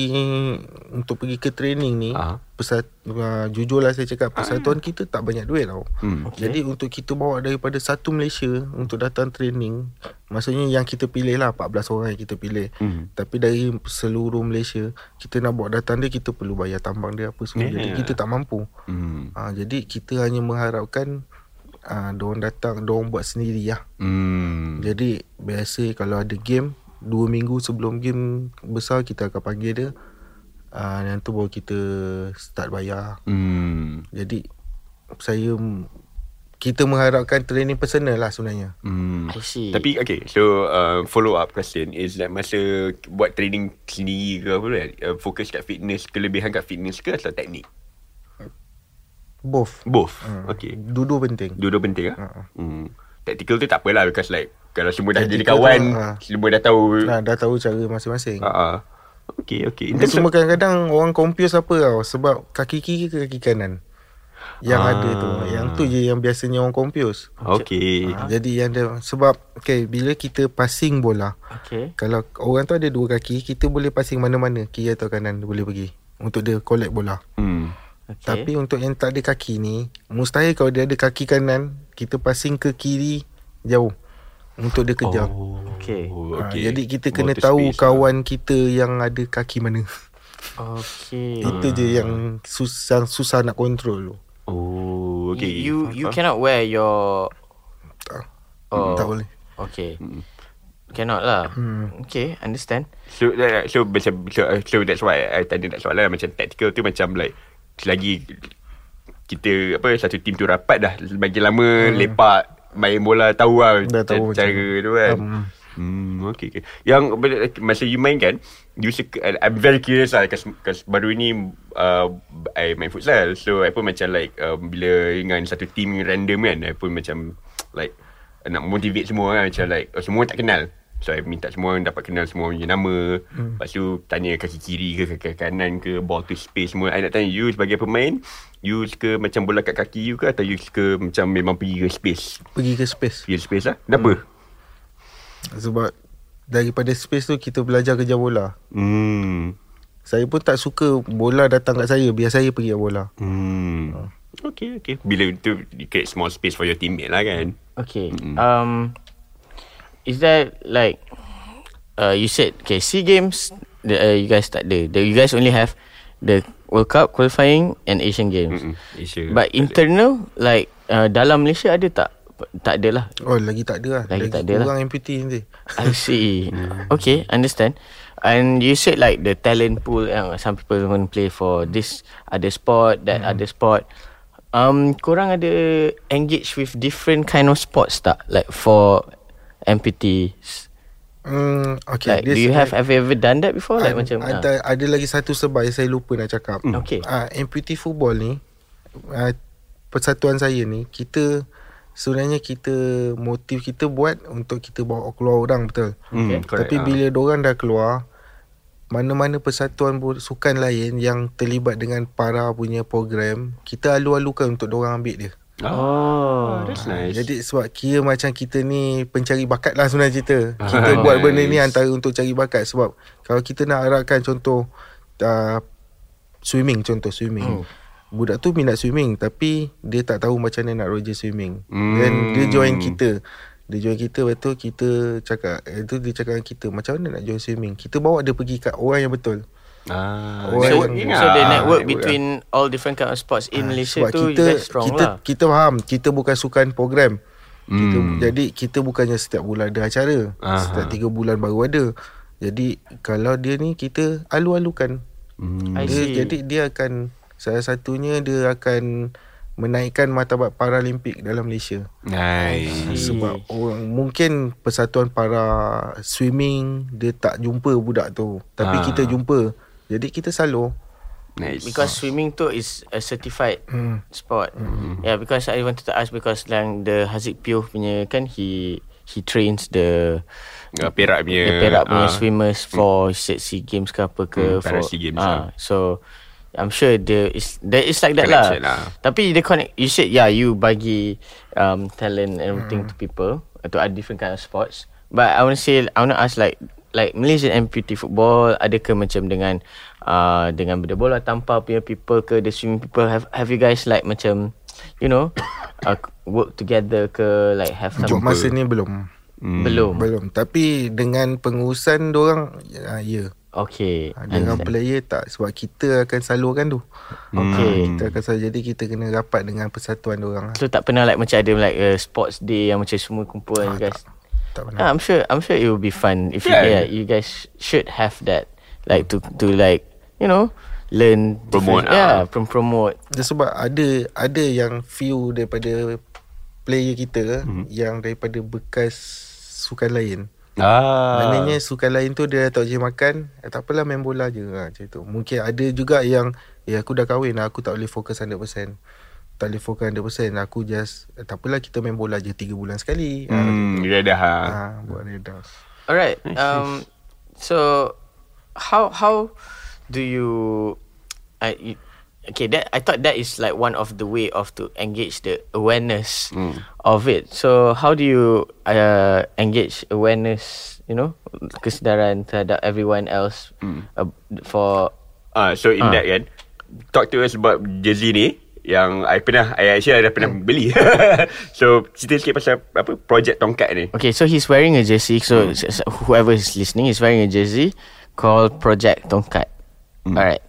[SPEAKER 3] untuk pergi ke training ni
[SPEAKER 2] Aha.
[SPEAKER 3] pesat uh, jujurlah saya cakap persatuan kita tak banyak duit tau.
[SPEAKER 1] Okay.
[SPEAKER 2] Hmm.
[SPEAKER 3] Okay. Jadi untuk kita bawa daripada satu Malaysia untuk datang training maksudnya yang kita pilih lah 14 orang yang kita pilih.
[SPEAKER 2] Hmm.
[SPEAKER 3] Tapi dari seluruh Malaysia kita nak bawa datang dia kita perlu bayar tambang dia apa semua. Yeah. Jadi
[SPEAKER 2] Yeah.
[SPEAKER 3] kita tak mampu.
[SPEAKER 2] Hmm.
[SPEAKER 3] Uh, jadi kita hanya mengharapkan uh, diorang datang diorang buat sendiri lah.
[SPEAKER 2] Hmm.
[SPEAKER 3] Jadi biasa kalau ada game Dua minggu sebelum game besar Kita akan panggil dia uh, Yang tu baru kita start bayar
[SPEAKER 2] Hmm.
[SPEAKER 3] Jadi saya Kita mengharapkan training personal lah sebenarnya
[SPEAKER 2] Hmm.
[SPEAKER 1] I see.
[SPEAKER 2] Tapi okay So uh, follow up question Is like masa Buat training sendiri ke apa tu kan uh, Fokus kat fitness Kelebihan kat fitness ke Atau teknik
[SPEAKER 3] Both
[SPEAKER 2] Both
[SPEAKER 3] Hmm.
[SPEAKER 2] Okay
[SPEAKER 3] Dua-dua penting
[SPEAKER 2] Dua-dua penting lah
[SPEAKER 3] Ha.
[SPEAKER 2] hmm. Tactical tu tak apalah Because like Kalau semua dah jadi
[SPEAKER 3] Tactical
[SPEAKER 2] kawan
[SPEAKER 3] tu, ha.
[SPEAKER 2] Semua dah tahu
[SPEAKER 3] nah, Dah tahu cara masing-masing
[SPEAKER 2] ha. ha. Okay okay In
[SPEAKER 3] Ini
[SPEAKER 2] terms
[SPEAKER 3] semua
[SPEAKER 2] of,
[SPEAKER 3] kadang-kadang orang confuse apa tau Sebab kaki kiri ke kaki kanan Yang
[SPEAKER 2] Ah.
[SPEAKER 3] ada tu Yang tu je yang biasanya orang confuse
[SPEAKER 2] Okay
[SPEAKER 3] ha. Jadi yang dia Sebab okay, Bila kita passing bola
[SPEAKER 1] okay.
[SPEAKER 3] Kalau orang tu ada dua kaki Kita boleh passing mana-mana Kiri atau kanan Dia boleh pergi Untuk dia collect bola
[SPEAKER 2] hmm.
[SPEAKER 1] Okay.
[SPEAKER 3] okay. Tapi untuk yang tak ada kaki ni Mustahil kalau dia ada kaki kanan Kita passing ke kiri Jauh Untuk dia kejar oh.
[SPEAKER 1] Okay.
[SPEAKER 2] oh,
[SPEAKER 3] Ha,
[SPEAKER 2] okay.
[SPEAKER 3] jadi kita kena
[SPEAKER 2] More to
[SPEAKER 3] tahu
[SPEAKER 2] space ha.
[SPEAKER 3] kawan kita yang ada kaki mana.
[SPEAKER 1] Okay.
[SPEAKER 2] Hmm.
[SPEAKER 3] Itu je yang susah susah nak kontrol tu.
[SPEAKER 2] lah. Oh okay
[SPEAKER 1] You you
[SPEAKER 2] Faham.
[SPEAKER 1] cannot wear your
[SPEAKER 3] Tak.
[SPEAKER 1] Oh.
[SPEAKER 3] Tak boleh.
[SPEAKER 1] Okay. Cannot lah. Okay, understand.
[SPEAKER 2] So, like, so macam so, uh, so that's why I tanya tak soalan lah. macam tactical tu macam like selagi kita apa satu team tu rapat dah bagi lama hmm. lepak main bola tahu lah
[SPEAKER 3] Dah
[SPEAKER 2] ca-
[SPEAKER 3] tahu macam
[SPEAKER 2] cara tu kan.
[SPEAKER 3] Hmm.
[SPEAKER 2] Hmm. Hmm, okay, okay. Yang bila- masa you main kan, you suka, I- I'm very curious lah cause, cause baru ni uh, I main futsal. So, I pun macam like uh, bila dengan satu team random kan, I pun macam like nak motivate semua kan. Macam like, oh, semua tak kenal. So, I minta semua orang dapat kenal semua punya nama. Hmm. Lepas tu, tanya kaki kiri ke, kaki kanan ke, ball to space semua. I nak tanya you sebagai pemain, you suka macam bola kat kaki you ke atau you suka macam memang pergi ke space?
[SPEAKER 3] Pergi ke space.
[SPEAKER 2] Pergi ke space lah. Kenapa?
[SPEAKER 3] Sebab daripada space tu kita belajar kerja bola.
[SPEAKER 2] Hmm.
[SPEAKER 3] Saya pun tak suka bola datang kat saya. Biar saya pergi kat bola.
[SPEAKER 2] Hmm. Okay, okay. Bila tu, you create small space for your teammate lah kan.
[SPEAKER 1] Okay. Um, is there like uh, you said okay SEA Games the, uh, you guys tak ada. The, you guys only have the World Cup qualifying and Asian Games.
[SPEAKER 2] Mm-mm, Asia.
[SPEAKER 1] But internal like uh, dalam Malaysia ada tak? Tak ada lah.
[SPEAKER 3] Oh lagi tak ada lah
[SPEAKER 1] Lagi tak ada lah.
[SPEAKER 3] Kurang MPT nanti
[SPEAKER 1] I see. okay, understand. And you said like the talent pool uh, some people want to play for this other sport,
[SPEAKER 3] Mm.
[SPEAKER 1] that other sport. Um korang ada engage with different kind of sports tak? Like for amputees.
[SPEAKER 3] Hmm, okay.
[SPEAKER 1] Like do
[SPEAKER 3] Dia
[SPEAKER 1] you have
[SPEAKER 3] sebenarnya-
[SPEAKER 1] have you ever done that before? Like macam ah.
[SPEAKER 3] ada, ada lagi satu sebab yang saya lupa nak cakap.
[SPEAKER 1] Mm. Okey.
[SPEAKER 3] Ah, amputee football ni ah, persatuan saya ni kita sebenarnya kita motif kita buat untuk kita bawa keluar orang betul.
[SPEAKER 2] Hmm, correct,
[SPEAKER 3] Tapi
[SPEAKER 2] ah.
[SPEAKER 3] bila diorang dah keluar mana-mana persatuan bu- sukan lain yang terlibat dengan para punya program, kita alu-alukan untuk diorang ambil dia.
[SPEAKER 1] Oh.
[SPEAKER 2] Ah. That's
[SPEAKER 3] Ah,
[SPEAKER 2] nice.
[SPEAKER 3] Jadi sebab kira macam kita ni pencari bakat lah sebenarnya cerita. Kita
[SPEAKER 2] Ah,
[SPEAKER 3] buat benda ni
[SPEAKER 2] nice.
[SPEAKER 3] antara untuk cari bakat sebab kalau kita nak arahkan contoh uh, swimming contoh swimming.
[SPEAKER 2] Oh.
[SPEAKER 3] Hmm. Budak tu minat swimming tapi dia tak tahu macam mana nak roja swimming.
[SPEAKER 2] Hmm.
[SPEAKER 3] Hmm. Then dia join kita. Dia join kita lepas tu kita cakap eh, tu dia cakap dengan kita macam mana nak join swimming. Kita bawa dia pergi kat orang yang betul.
[SPEAKER 2] Ah,
[SPEAKER 3] Oh,
[SPEAKER 1] So,
[SPEAKER 3] So,
[SPEAKER 1] so the network between all different kind of sports in Malaysia
[SPEAKER 3] Ah, sebab
[SPEAKER 1] tu
[SPEAKER 3] kita
[SPEAKER 1] you guys strong
[SPEAKER 3] kita
[SPEAKER 1] lah.
[SPEAKER 3] kita faham kita bukan sukan program. Kita,
[SPEAKER 2] Hmm.
[SPEAKER 3] Jadi kita bukannya setiap bulan ada acara
[SPEAKER 2] Aha.
[SPEAKER 3] Setiap tiga bulan baru ada Jadi kalau dia ni kita alu-alukan
[SPEAKER 2] Hmm.
[SPEAKER 1] I see.
[SPEAKER 3] dia, Jadi dia akan Salah satunya dia akan Menaikkan martabat Paralimpik dalam Malaysia
[SPEAKER 2] Nice.
[SPEAKER 3] Sebab orang Mungkin Persatuan para Swimming Dia tak jumpa budak tu Tapi
[SPEAKER 2] Ah.
[SPEAKER 3] kita jumpa Jadi kita salur
[SPEAKER 2] Nice.
[SPEAKER 1] Because swimming too is a certified
[SPEAKER 3] Hmm.
[SPEAKER 1] sport. Yeah, because I wanted to ask because like the Haziq Pio punya kan he he trains the
[SPEAKER 2] uh, Perak punya
[SPEAKER 1] yeah, the Perak punya
[SPEAKER 2] ah,
[SPEAKER 1] swimmers for set sea games ke apa ke
[SPEAKER 2] Hmm,
[SPEAKER 1] for
[SPEAKER 2] Perak SEA Games,
[SPEAKER 1] ah, so I'm sure there is there is like that lah.
[SPEAKER 2] Connection lah.
[SPEAKER 1] Tapi the connect you said yeah you bagi um talent and everything to
[SPEAKER 3] Hmm.
[SPEAKER 1] people uh, to other different kind of sports. But I want to say I want to ask like like Malaysian amputee football ada ke macam dengan uh, dengan benda bola tanpa punya people ke the swimming people have have you guys like macam you know uh, work together ke like have some
[SPEAKER 3] Untuk masa ni belum
[SPEAKER 2] Hmm.
[SPEAKER 1] belum
[SPEAKER 3] Belum Tapi dengan pengurusan Diorang Ya yeah.
[SPEAKER 1] okay
[SPEAKER 3] Ha, Dengan
[SPEAKER 1] understand. Hmm.
[SPEAKER 3] player tak Sebab kita akan salurkan tu
[SPEAKER 1] Okay.
[SPEAKER 3] Kita akan salur Jadi kita kena rapat dengan persatuan orang lah.
[SPEAKER 1] So tak pernah like macam ada like uh, sports day yang macam semua kumpul ah, you guys. Ah,
[SPEAKER 3] Tak pernah
[SPEAKER 1] I'm sure I'm sure it will be fun if yeah.
[SPEAKER 2] Yeah.
[SPEAKER 1] you yeah, you guys should have that like to to like you know learn
[SPEAKER 2] Promote,
[SPEAKER 1] different- yeah
[SPEAKER 2] ah.
[SPEAKER 1] from promote
[SPEAKER 3] Dia sebab ada Ada yang few daripada Player kita
[SPEAKER 1] Hmm.
[SPEAKER 3] mm-hmm. Yang daripada bekas Sukan lain
[SPEAKER 2] Ah.
[SPEAKER 3] uh. Maknanya sukan lain tu Dia dah tak boleh makan eh, Tak apalah main bola je ha, Macam tu Mungkin ada juga yang Eh aku dah kahwin lah, Aku tak boleh fokus 100% Tak boleh fokus 100% Aku just eh, Tak apalah kita main bola je 3 bulan sekali ha,
[SPEAKER 2] Hmm, dia dah. Ha.
[SPEAKER 3] ha, Buat redah
[SPEAKER 1] Alright. Um. So, how how do you? I you, okay. That I thought that is like one of the way of to engage the awareness of it. So how do you uh, engage awareness? You know, kesedaran terhadap everyone else uh, for.
[SPEAKER 2] Ah, so in that kan, talk to us about jersey ni yang I pernah I actually I dah
[SPEAKER 1] Ah.
[SPEAKER 2] pernah beli. so cerita sikit pasal apa projek tongkat ni.
[SPEAKER 1] Okay, so he's wearing a jersey. So s- s- whoever is listening is wearing a jersey called Project Tongkat. Alright.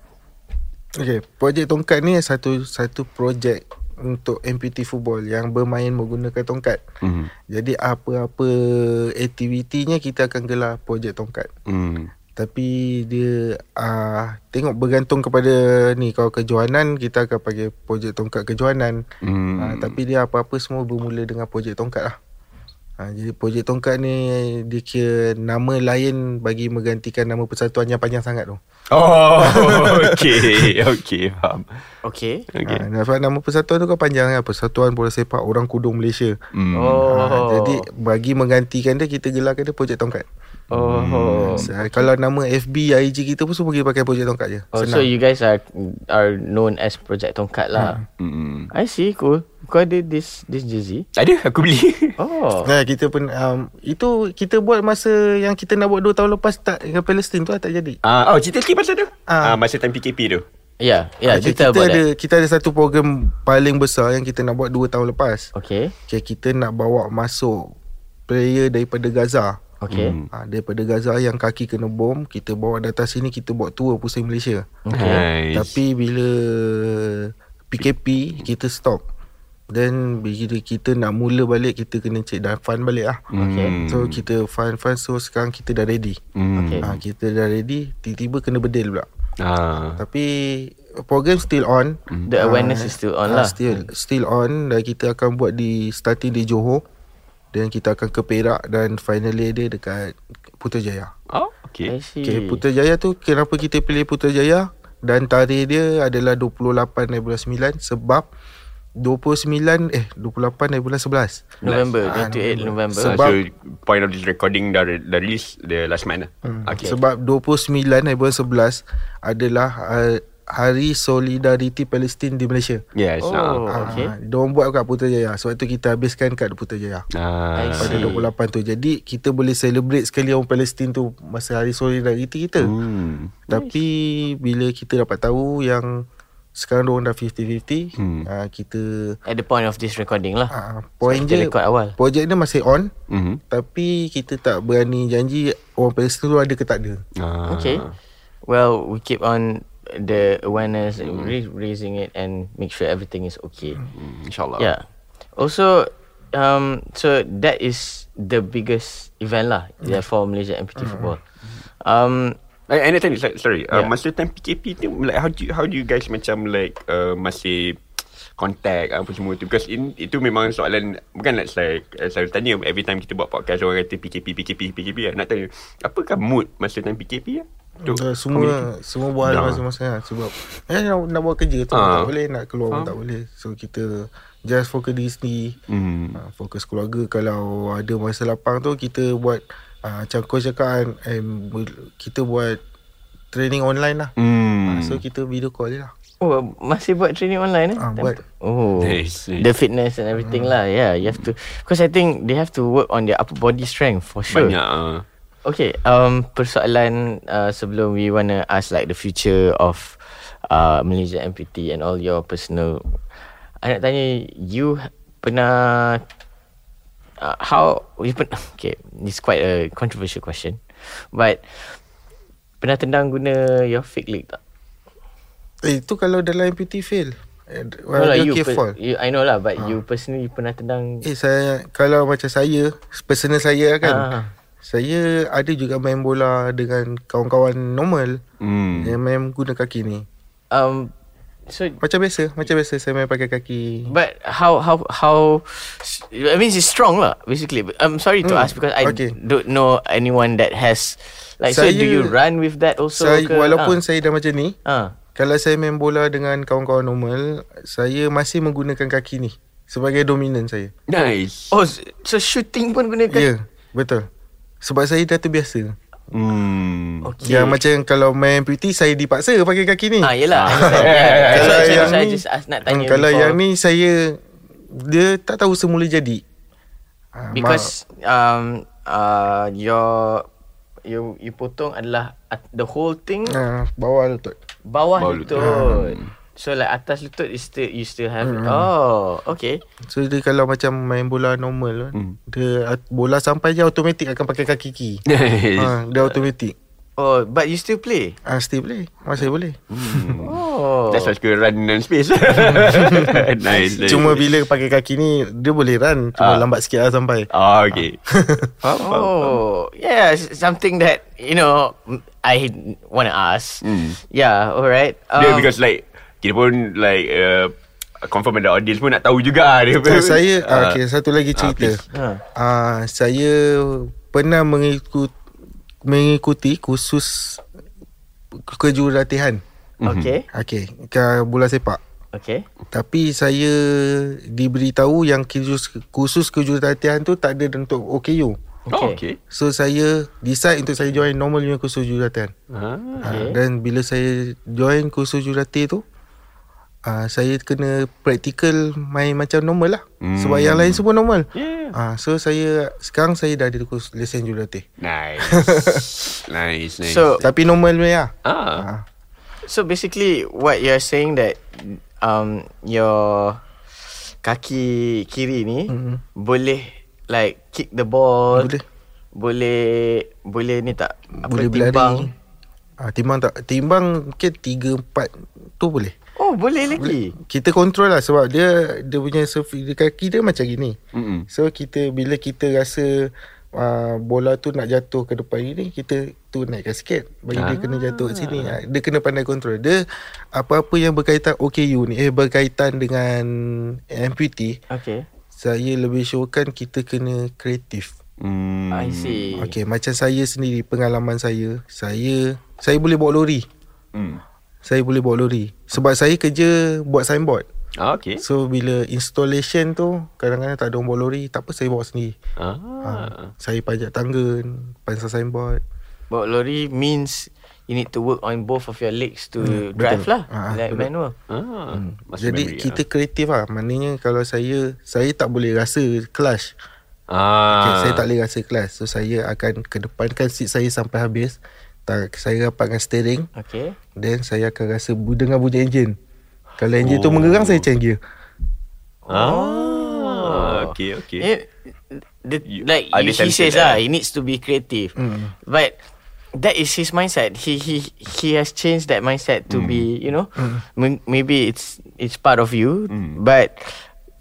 [SPEAKER 3] Okay, projek tongkat ni satu satu projek untuk amputee football yang bermain menggunakan tongkat.
[SPEAKER 2] Hmm.
[SPEAKER 3] Jadi apa-apa aktivitinya kita akan gelar projek tongkat.
[SPEAKER 2] Hmm.
[SPEAKER 3] Tapi dia uh, tengok bergantung kepada ni kalau kejohanan kita akan pakai projek tongkat kejohanan.
[SPEAKER 2] Hmm.
[SPEAKER 3] Hmm. Uh, tapi dia apa-apa semua bermula dengan projek tongkat lah. Uh, jadi projek tongkat ni dia kira nama lain bagi menggantikan nama persatuan yang panjang sangat tu.
[SPEAKER 2] Oh, okay. Okay, faham.
[SPEAKER 1] Okay.
[SPEAKER 2] Okay.
[SPEAKER 3] Okay. Ha, sebab nama persatuan tu kan panjang kan Persatuan Bola Sepak Orang Kudung Malaysia
[SPEAKER 2] Hmm.
[SPEAKER 1] Oh.
[SPEAKER 3] ha, Ah, Jadi bagi menggantikan dia Kita gelarkan dia Projek Tongkat
[SPEAKER 1] Oh.
[SPEAKER 3] so, Kalau nama FB, IG kita pun Semua pergi pakai Projek Tongkat je
[SPEAKER 1] Oh, so you guys are are known as Project Tongkat lah.
[SPEAKER 2] Hmm.
[SPEAKER 1] I
[SPEAKER 3] Ha.
[SPEAKER 1] see, cool. Kau ada this this jersey?
[SPEAKER 2] Ada aku beli.
[SPEAKER 1] Oh.
[SPEAKER 3] Nah, kita pun um, Itu kita buat masa Yang kita nak buat 2 tahun lepas tak Dengan Palestin tu lah, tak jadi
[SPEAKER 2] Ah, oh, cerita sikit pasal tu. Ah,
[SPEAKER 3] Ah.
[SPEAKER 2] masa time PKP tu.
[SPEAKER 1] Yeah, yeah,
[SPEAKER 3] Jadi
[SPEAKER 1] cerita
[SPEAKER 3] kita
[SPEAKER 1] ya, about
[SPEAKER 3] ada
[SPEAKER 1] that.
[SPEAKER 3] Kita ada satu program Paling besar Yang kita nak buat 2 tahun lepas
[SPEAKER 1] Okay.
[SPEAKER 3] okay, Kita nak bawa masuk Player daripada Gaza
[SPEAKER 1] Okay.
[SPEAKER 2] Hmm.
[SPEAKER 3] Ha, daripada Gaza yang kaki kena bom, kita bawa data sini, kita buat tour pusing Malaysia.
[SPEAKER 1] Okay.
[SPEAKER 2] Nice.
[SPEAKER 3] Tapi bila PKP, kita stop. Then bila kita nak mula balik, kita kena cek dan fund balik lah.
[SPEAKER 1] Okay.
[SPEAKER 3] So kita fund-fund, so sekarang kita dah ready.
[SPEAKER 2] Hmm.
[SPEAKER 1] Okay.
[SPEAKER 3] Ha, kita dah ready, tiba-tiba kena bedil pula.
[SPEAKER 2] Ah.
[SPEAKER 3] Tapi program still on.
[SPEAKER 1] The awareness is still on
[SPEAKER 3] Ah,
[SPEAKER 1] lah.
[SPEAKER 3] Still still on dan kita akan buat di starting di Johor dan kita akan ke Perak dan finally dia dekat Putrajaya.
[SPEAKER 1] I
[SPEAKER 2] Oh, okay.
[SPEAKER 1] see.
[SPEAKER 3] Okay, Putrajaya tu kenapa kita pilih Putrajaya dan tarikh dia adalah 28 dari bulan 9 sebab 29 eh 28 dari bulan 11.
[SPEAKER 1] November,
[SPEAKER 3] Ah,
[SPEAKER 1] 28 November.
[SPEAKER 2] So,
[SPEAKER 3] Sebab-
[SPEAKER 2] so point of this recording dah, dah release the last month lah. Hmm. Okay.
[SPEAKER 3] Okay. Sebab 29 dari bulan 11 adalah uh, Hari Solidariti Palestin di Malaysia.
[SPEAKER 2] Yes.
[SPEAKER 1] Oh,
[SPEAKER 2] Oh.
[SPEAKER 1] okay.
[SPEAKER 3] Ah, diorang buat kat Putrajaya. Sebab tu kita habiskan kat Putrajaya.
[SPEAKER 1] I
[SPEAKER 2] Ah.
[SPEAKER 1] see.
[SPEAKER 3] pada 28 tu. Jadi kita boleh celebrate sekali orang Palestin tu masa hari solidariti kita. Hmm.
[SPEAKER 2] Hmm.
[SPEAKER 3] Tapi bila kita dapat tahu yang sekarang orang dah 50-50, hmm. uh, kita
[SPEAKER 1] At the point of this recording lah.
[SPEAKER 3] uh, point
[SPEAKER 1] Kita
[SPEAKER 3] je
[SPEAKER 1] record awal.
[SPEAKER 3] projek dia masih on
[SPEAKER 2] Mm-hmm.
[SPEAKER 3] tapi kita tak berani janji orang Palestin tu ada ke tak ada.
[SPEAKER 2] Ah.
[SPEAKER 1] Okay. Well, we keep on the awareness,
[SPEAKER 3] Hmm.
[SPEAKER 1] ra- raising it, and make sure everything is okay.
[SPEAKER 2] Hmm, InsyaAllah.
[SPEAKER 1] Yeah. Also, um, so that is the biggest event lah.
[SPEAKER 3] Hmm.
[SPEAKER 1] Therefore, Malaysia amputee football. Um,
[SPEAKER 2] And, Eh, and that time, like, sorry, yeah. uh,
[SPEAKER 1] Yeah.
[SPEAKER 2] masa time PKP tu, like, how do you, how do you guys macam like uh, masih contact apa semua tu because in, itu memang soalan bukan nak like, uh, saya tanya every time kita buat podcast orang kata PKP PKP PKP lah. nak tanya apakah mood masa time PKP lah? Tu,
[SPEAKER 3] Uh, semua semua buat
[SPEAKER 2] Dah.
[SPEAKER 3] nah. masa-masa lah. sebab eh, nak, nak buat kerja tu
[SPEAKER 2] Ah.
[SPEAKER 3] tak boleh nak keluar pun tak boleh. So kita just fokus diri sendiri.
[SPEAKER 2] Hmm.
[SPEAKER 3] uh, fokus keluarga kalau ada masa lapang tu kita buat uh, macam coach cakap kan em, bel- kita buat training online lah
[SPEAKER 2] Hmm.
[SPEAKER 3] hmm. so kita video call je lah
[SPEAKER 1] oh, masih buat training online eh?
[SPEAKER 3] Ah,
[SPEAKER 1] Time
[SPEAKER 3] buat. Hmm.
[SPEAKER 1] tu? Oh.
[SPEAKER 2] Nice, nice.
[SPEAKER 1] The fitness and everything lah. Yeah, you have to. Because I think they have to work on their upper body strength for sure.
[SPEAKER 2] banyak ah.
[SPEAKER 1] Okay, um, persoalan uh, sebelum we wanna ask like the future of uh, Malaysia MPT and all your personal, I nak tanya you h- pernah uh, how you pernah okay it's quite a controversial question, but pernah tendang guna your fake leg tak?
[SPEAKER 3] eh tu kalau dalam MPT fail eh,
[SPEAKER 1] no, lah,
[SPEAKER 3] dia
[SPEAKER 1] you,
[SPEAKER 3] okay
[SPEAKER 1] per-
[SPEAKER 3] fall
[SPEAKER 1] you I know lah, but you personally pernah tendang.
[SPEAKER 3] Ah. eh saya kalau macam saya personal saya kan
[SPEAKER 1] Ah.
[SPEAKER 3] saya ada juga main bola dengan kawan-kawan normal
[SPEAKER 2] Hmm.
[SPEAKER 3] yang main guna kaki ni
[SPEAKER 1] Um, so
[SPEAKER 3] macam biasa macam biasa saya main pakai kaki
[SPEAKER 1] But how how how I mean it's strong lah basically. But I'm sorry to
[SPEAKER 3] Hmm,
[SPEAKER 1] ask because I
[SPEAKER 3] okay.
[SPEAKER 1] don't know anyone that has like so do
[SPEAKER 3] Saya-
[SPEAKER 1] you run with that also
[SPEAKER 3] saya
[SPEAKER 1] ke?
[SPEAKER 3] walaupun
[SPEAKER 1] ah.
[SPEAKER 3] saya dah macam ni
[SPEAKER 1] ah.
[SPEAKER 3] Kalau saya main bola dengan kawan-kawan normal, saya masih menggunakan kaki ni sebagai dominan saya.
[SPEAKER 2] Nice.
[SPEAKER 1] Oh s- so shooting pun guna
[SPEAKER 3] Ya,
[SPEAKER 1] kaki.
[SPEAKER 3] yeah, betul. Sebab saya dah terbiasa.
[SPEAKER 2] Hmm.
[SPEAKER 1] Okay.
[SPEAKER 3] Yang macam kalau main PT saya dipaksa pakai kaki ni.
[SPEAKER 1] Ah yelah I understand. yeah, yeah, yeah. So, so,
[SPEAKER 3] Kalau yang
[SPEAKER 1] so I
[SPEAKER 3] ni-
[SPEAKER 1] just ask, nak
[SPEAKER 3] Hmm,
[SPEAKER 1] tanya
[SPEAKER 3] kalau
[SPEAKER 1] before,
[SPEAKER 3] yang ni saya dia tak tahu semula jadi. Ah, mak-
[SPEAKER 1] because um uh your you you potong adalah at- the whole thing
[SPEAKER 3] ah, bawah lutut.
[SPEAKER 1] bawah
[SPEAKER 2] Bawah
[SPEAKER 1] lutut.
[SPEAKER 2] lutut. Hmm.
[SPEAKER 1] So like atas lutut is still you still have
[SPEAKER 3] Hmm.
[SPEAKER 1] oh okay.
[SPEAKER 3] So dia kalau macam main bola normal kan,
[SPEAKER 2] Hmm.
[SPEAKER 3] dia at- bola sampai je automatik akan pakai kaki kiri.
[SPEAKER 2] Nice.
[SPEAKER 3] Ha, dia automatik.
[SPEAKER 1] Oh but you still play.
[SPEAKER 3] Ah, still boleh. Masih boleh.
[SPEAKER 1] Oh.
[SPEAKER 2] Hmm. That's why suka run and space Nice nice.
[SPEAKER 3] Cuma bila pakai kaki ni Dia boleh run
[SPEAKER 2] Ah.
[SPEAKER 3] Cuma lambat sikit lah sampai
[SPEAKER 2] Ah okay Faham faham
[SPEAKER 1] Oh, yeah, s- something that you know m- I want to ask.
[SPEAKER 2] Mm.
[SPEAKER 1] Yeah, Um, all right.
[SPEAKER 2] Dia because like Kita pun like uh, Confirm ada audience pun nak tahu juga dia
[SPEAKER 3] so, Saya
[SPEAKER 2] Ah,
[SPEAKER 3] uh, okay, Satu lagi cerita
[SPEAKER 2] please.
[SPEAKER 1] Ah.
[SPEAKER 3] uh, uh, Saya Pernah mengikut, mengikuti Kursus Kejurulatihan
[SPEAKER 2] Mm-hmm.
[SPEAKER 1] okay,
[SPEAKER 3] Okay ke Bola sepak
[SPEAKER 1] okay.
[SPEAKER 3] Tapi saya Diberitahu yang kursus, kursus kejurulatihan tu Tak ada untuk OKU
[SPEAKER 2] Oh
[SPEAKER 1] Okay.
[SPEAKER 2] okay
[SPEAKER 3] So saya Decide untuk saya join Normal punya kursus kejurulatihan
[SPEAKER 1] Okay.
[SPEAKER 2] Ah.
[SPEAKER 3] Okay. Dan bila saya join kursus jurate tu uh, Saya kena practical main macam normal lah
[SPEAKER 2] Hmm.
[SPEAKER 3] hmm. Sebab yang lain semua normal
[SPEAKER 2] Yeah
[SPEAKER 3] uh, So saya sekarang saya dah ada kursus lesen jurate
[SPEAKER 2] Nice Nice nice
[SPEAKER 1] So-
[SPEAKER 3] Tapi normal punya lah
[SPEAKER 2] Ah
[SPEAKER 3] uh,
[SPEAKER 1] So basically, what you're saying that um your kaki kiri ni boleh like kick the ball,
[SPEAKER 3] Mm-hmm. Boleh
[SPEAKER 1] boleh boleh ni tak apa
[SPEAKER 3] Boleh
[SPEAKER 1] timbang?
[SPEAKER 3] berlari ah, Timbang tak Timbang mungkin 3-4 tu boleh
[SPEAKER 1] Oh, boleh lagi.
[SPEAKER 3] kita control lah sebab dia dia punya surface dia kaki dia macam gini.
[SPEAKER 2] Mm-mm.
[SPEAKER 3] So kita bila kita rasa uh, bola tu nak jatuh ke depan gini kita tu naikkan sikit bagi dia kena jatuh kat sini. Ah, Dia kena pandai control. Dia apa-apa yang berkaitan OKU ni eh berkaitan dengan amputee
[SPEAKER 1] Okey.
[SPEAKER 3] saya lebih syorkan kita kena kreatif.
[SPEAKER 2] Hmm.
[SPEAKER 1] I see.
[SPEAKER 3] Okey macam saya sendiri pengalaman saya saya saya boleh bawa lori.
[SPEAKER 2] Hmm.
[SPEAKER 3] Saya boleh bawa lori sebab saya kerja buat signboard.
[SPEAKER 2] Ah, okay.
[SPEAKER 3] So bila installation tu Kadang-kadang tak ada orang bawa lori Tak apa saya bawa sendiri
[SPEAKER 2] Ah.
[SPEAKER 3] ha. Saya pajak tangga Pasang signboard
[SPEAKER 1] Bawa lori means you need to work on both of your legs to hmm, drive
[SPEAKER 3] betul.
[SPEAKER 1] lah.
[SPEAKER 3] Ah,
[SPEAKER 1] like
[SPEAKER 3] betul.
[SPEAKER 1] manual.
[SPEAKER 2] Ah. Masuk
[SPEAKER 3] Jadi
[SPEAKER 2] memory, ah.
[SPEAKER 3] kita kreatif lah Maknanya kalau saya Saya tak boleh rasa clash
[SPEAKER 2] ah. ah.
[SPEAKER 3] okay, Saya tak boleh rasa clash So saya akan kedepankan seat saya sampai habis tak, Saya rapatkan steering
[SPEAKER 1] Okay.
[SPEAKER 3] Then saya akan rasa bu- Dengan bunyi enjin Kalau enjin
[SPEAKER 2] Oh.
[SPEAKER 3] tu menggerang Saya change gear
[SPEAKER 2] Ah. Okay, okay.
[SPEAKER 1] Oh. Yeah. Eh, The,
[SPEAKER 2] You-
[SPEAKER 1] like
[SPEAKER 2] ada
[SPEAKER 1] you, he
[SPEAKER 2] sensor
[SPEAKER 1] says lah,
[SPEAKER 2] lah.
[SPEAKER 1] he needs to be creative.
[SPEAKER 3] Mm.
[SPEAKER 1] But that is his mindset. He he he has changed that mindset to be, you know, m- maybe it's it's part of you. But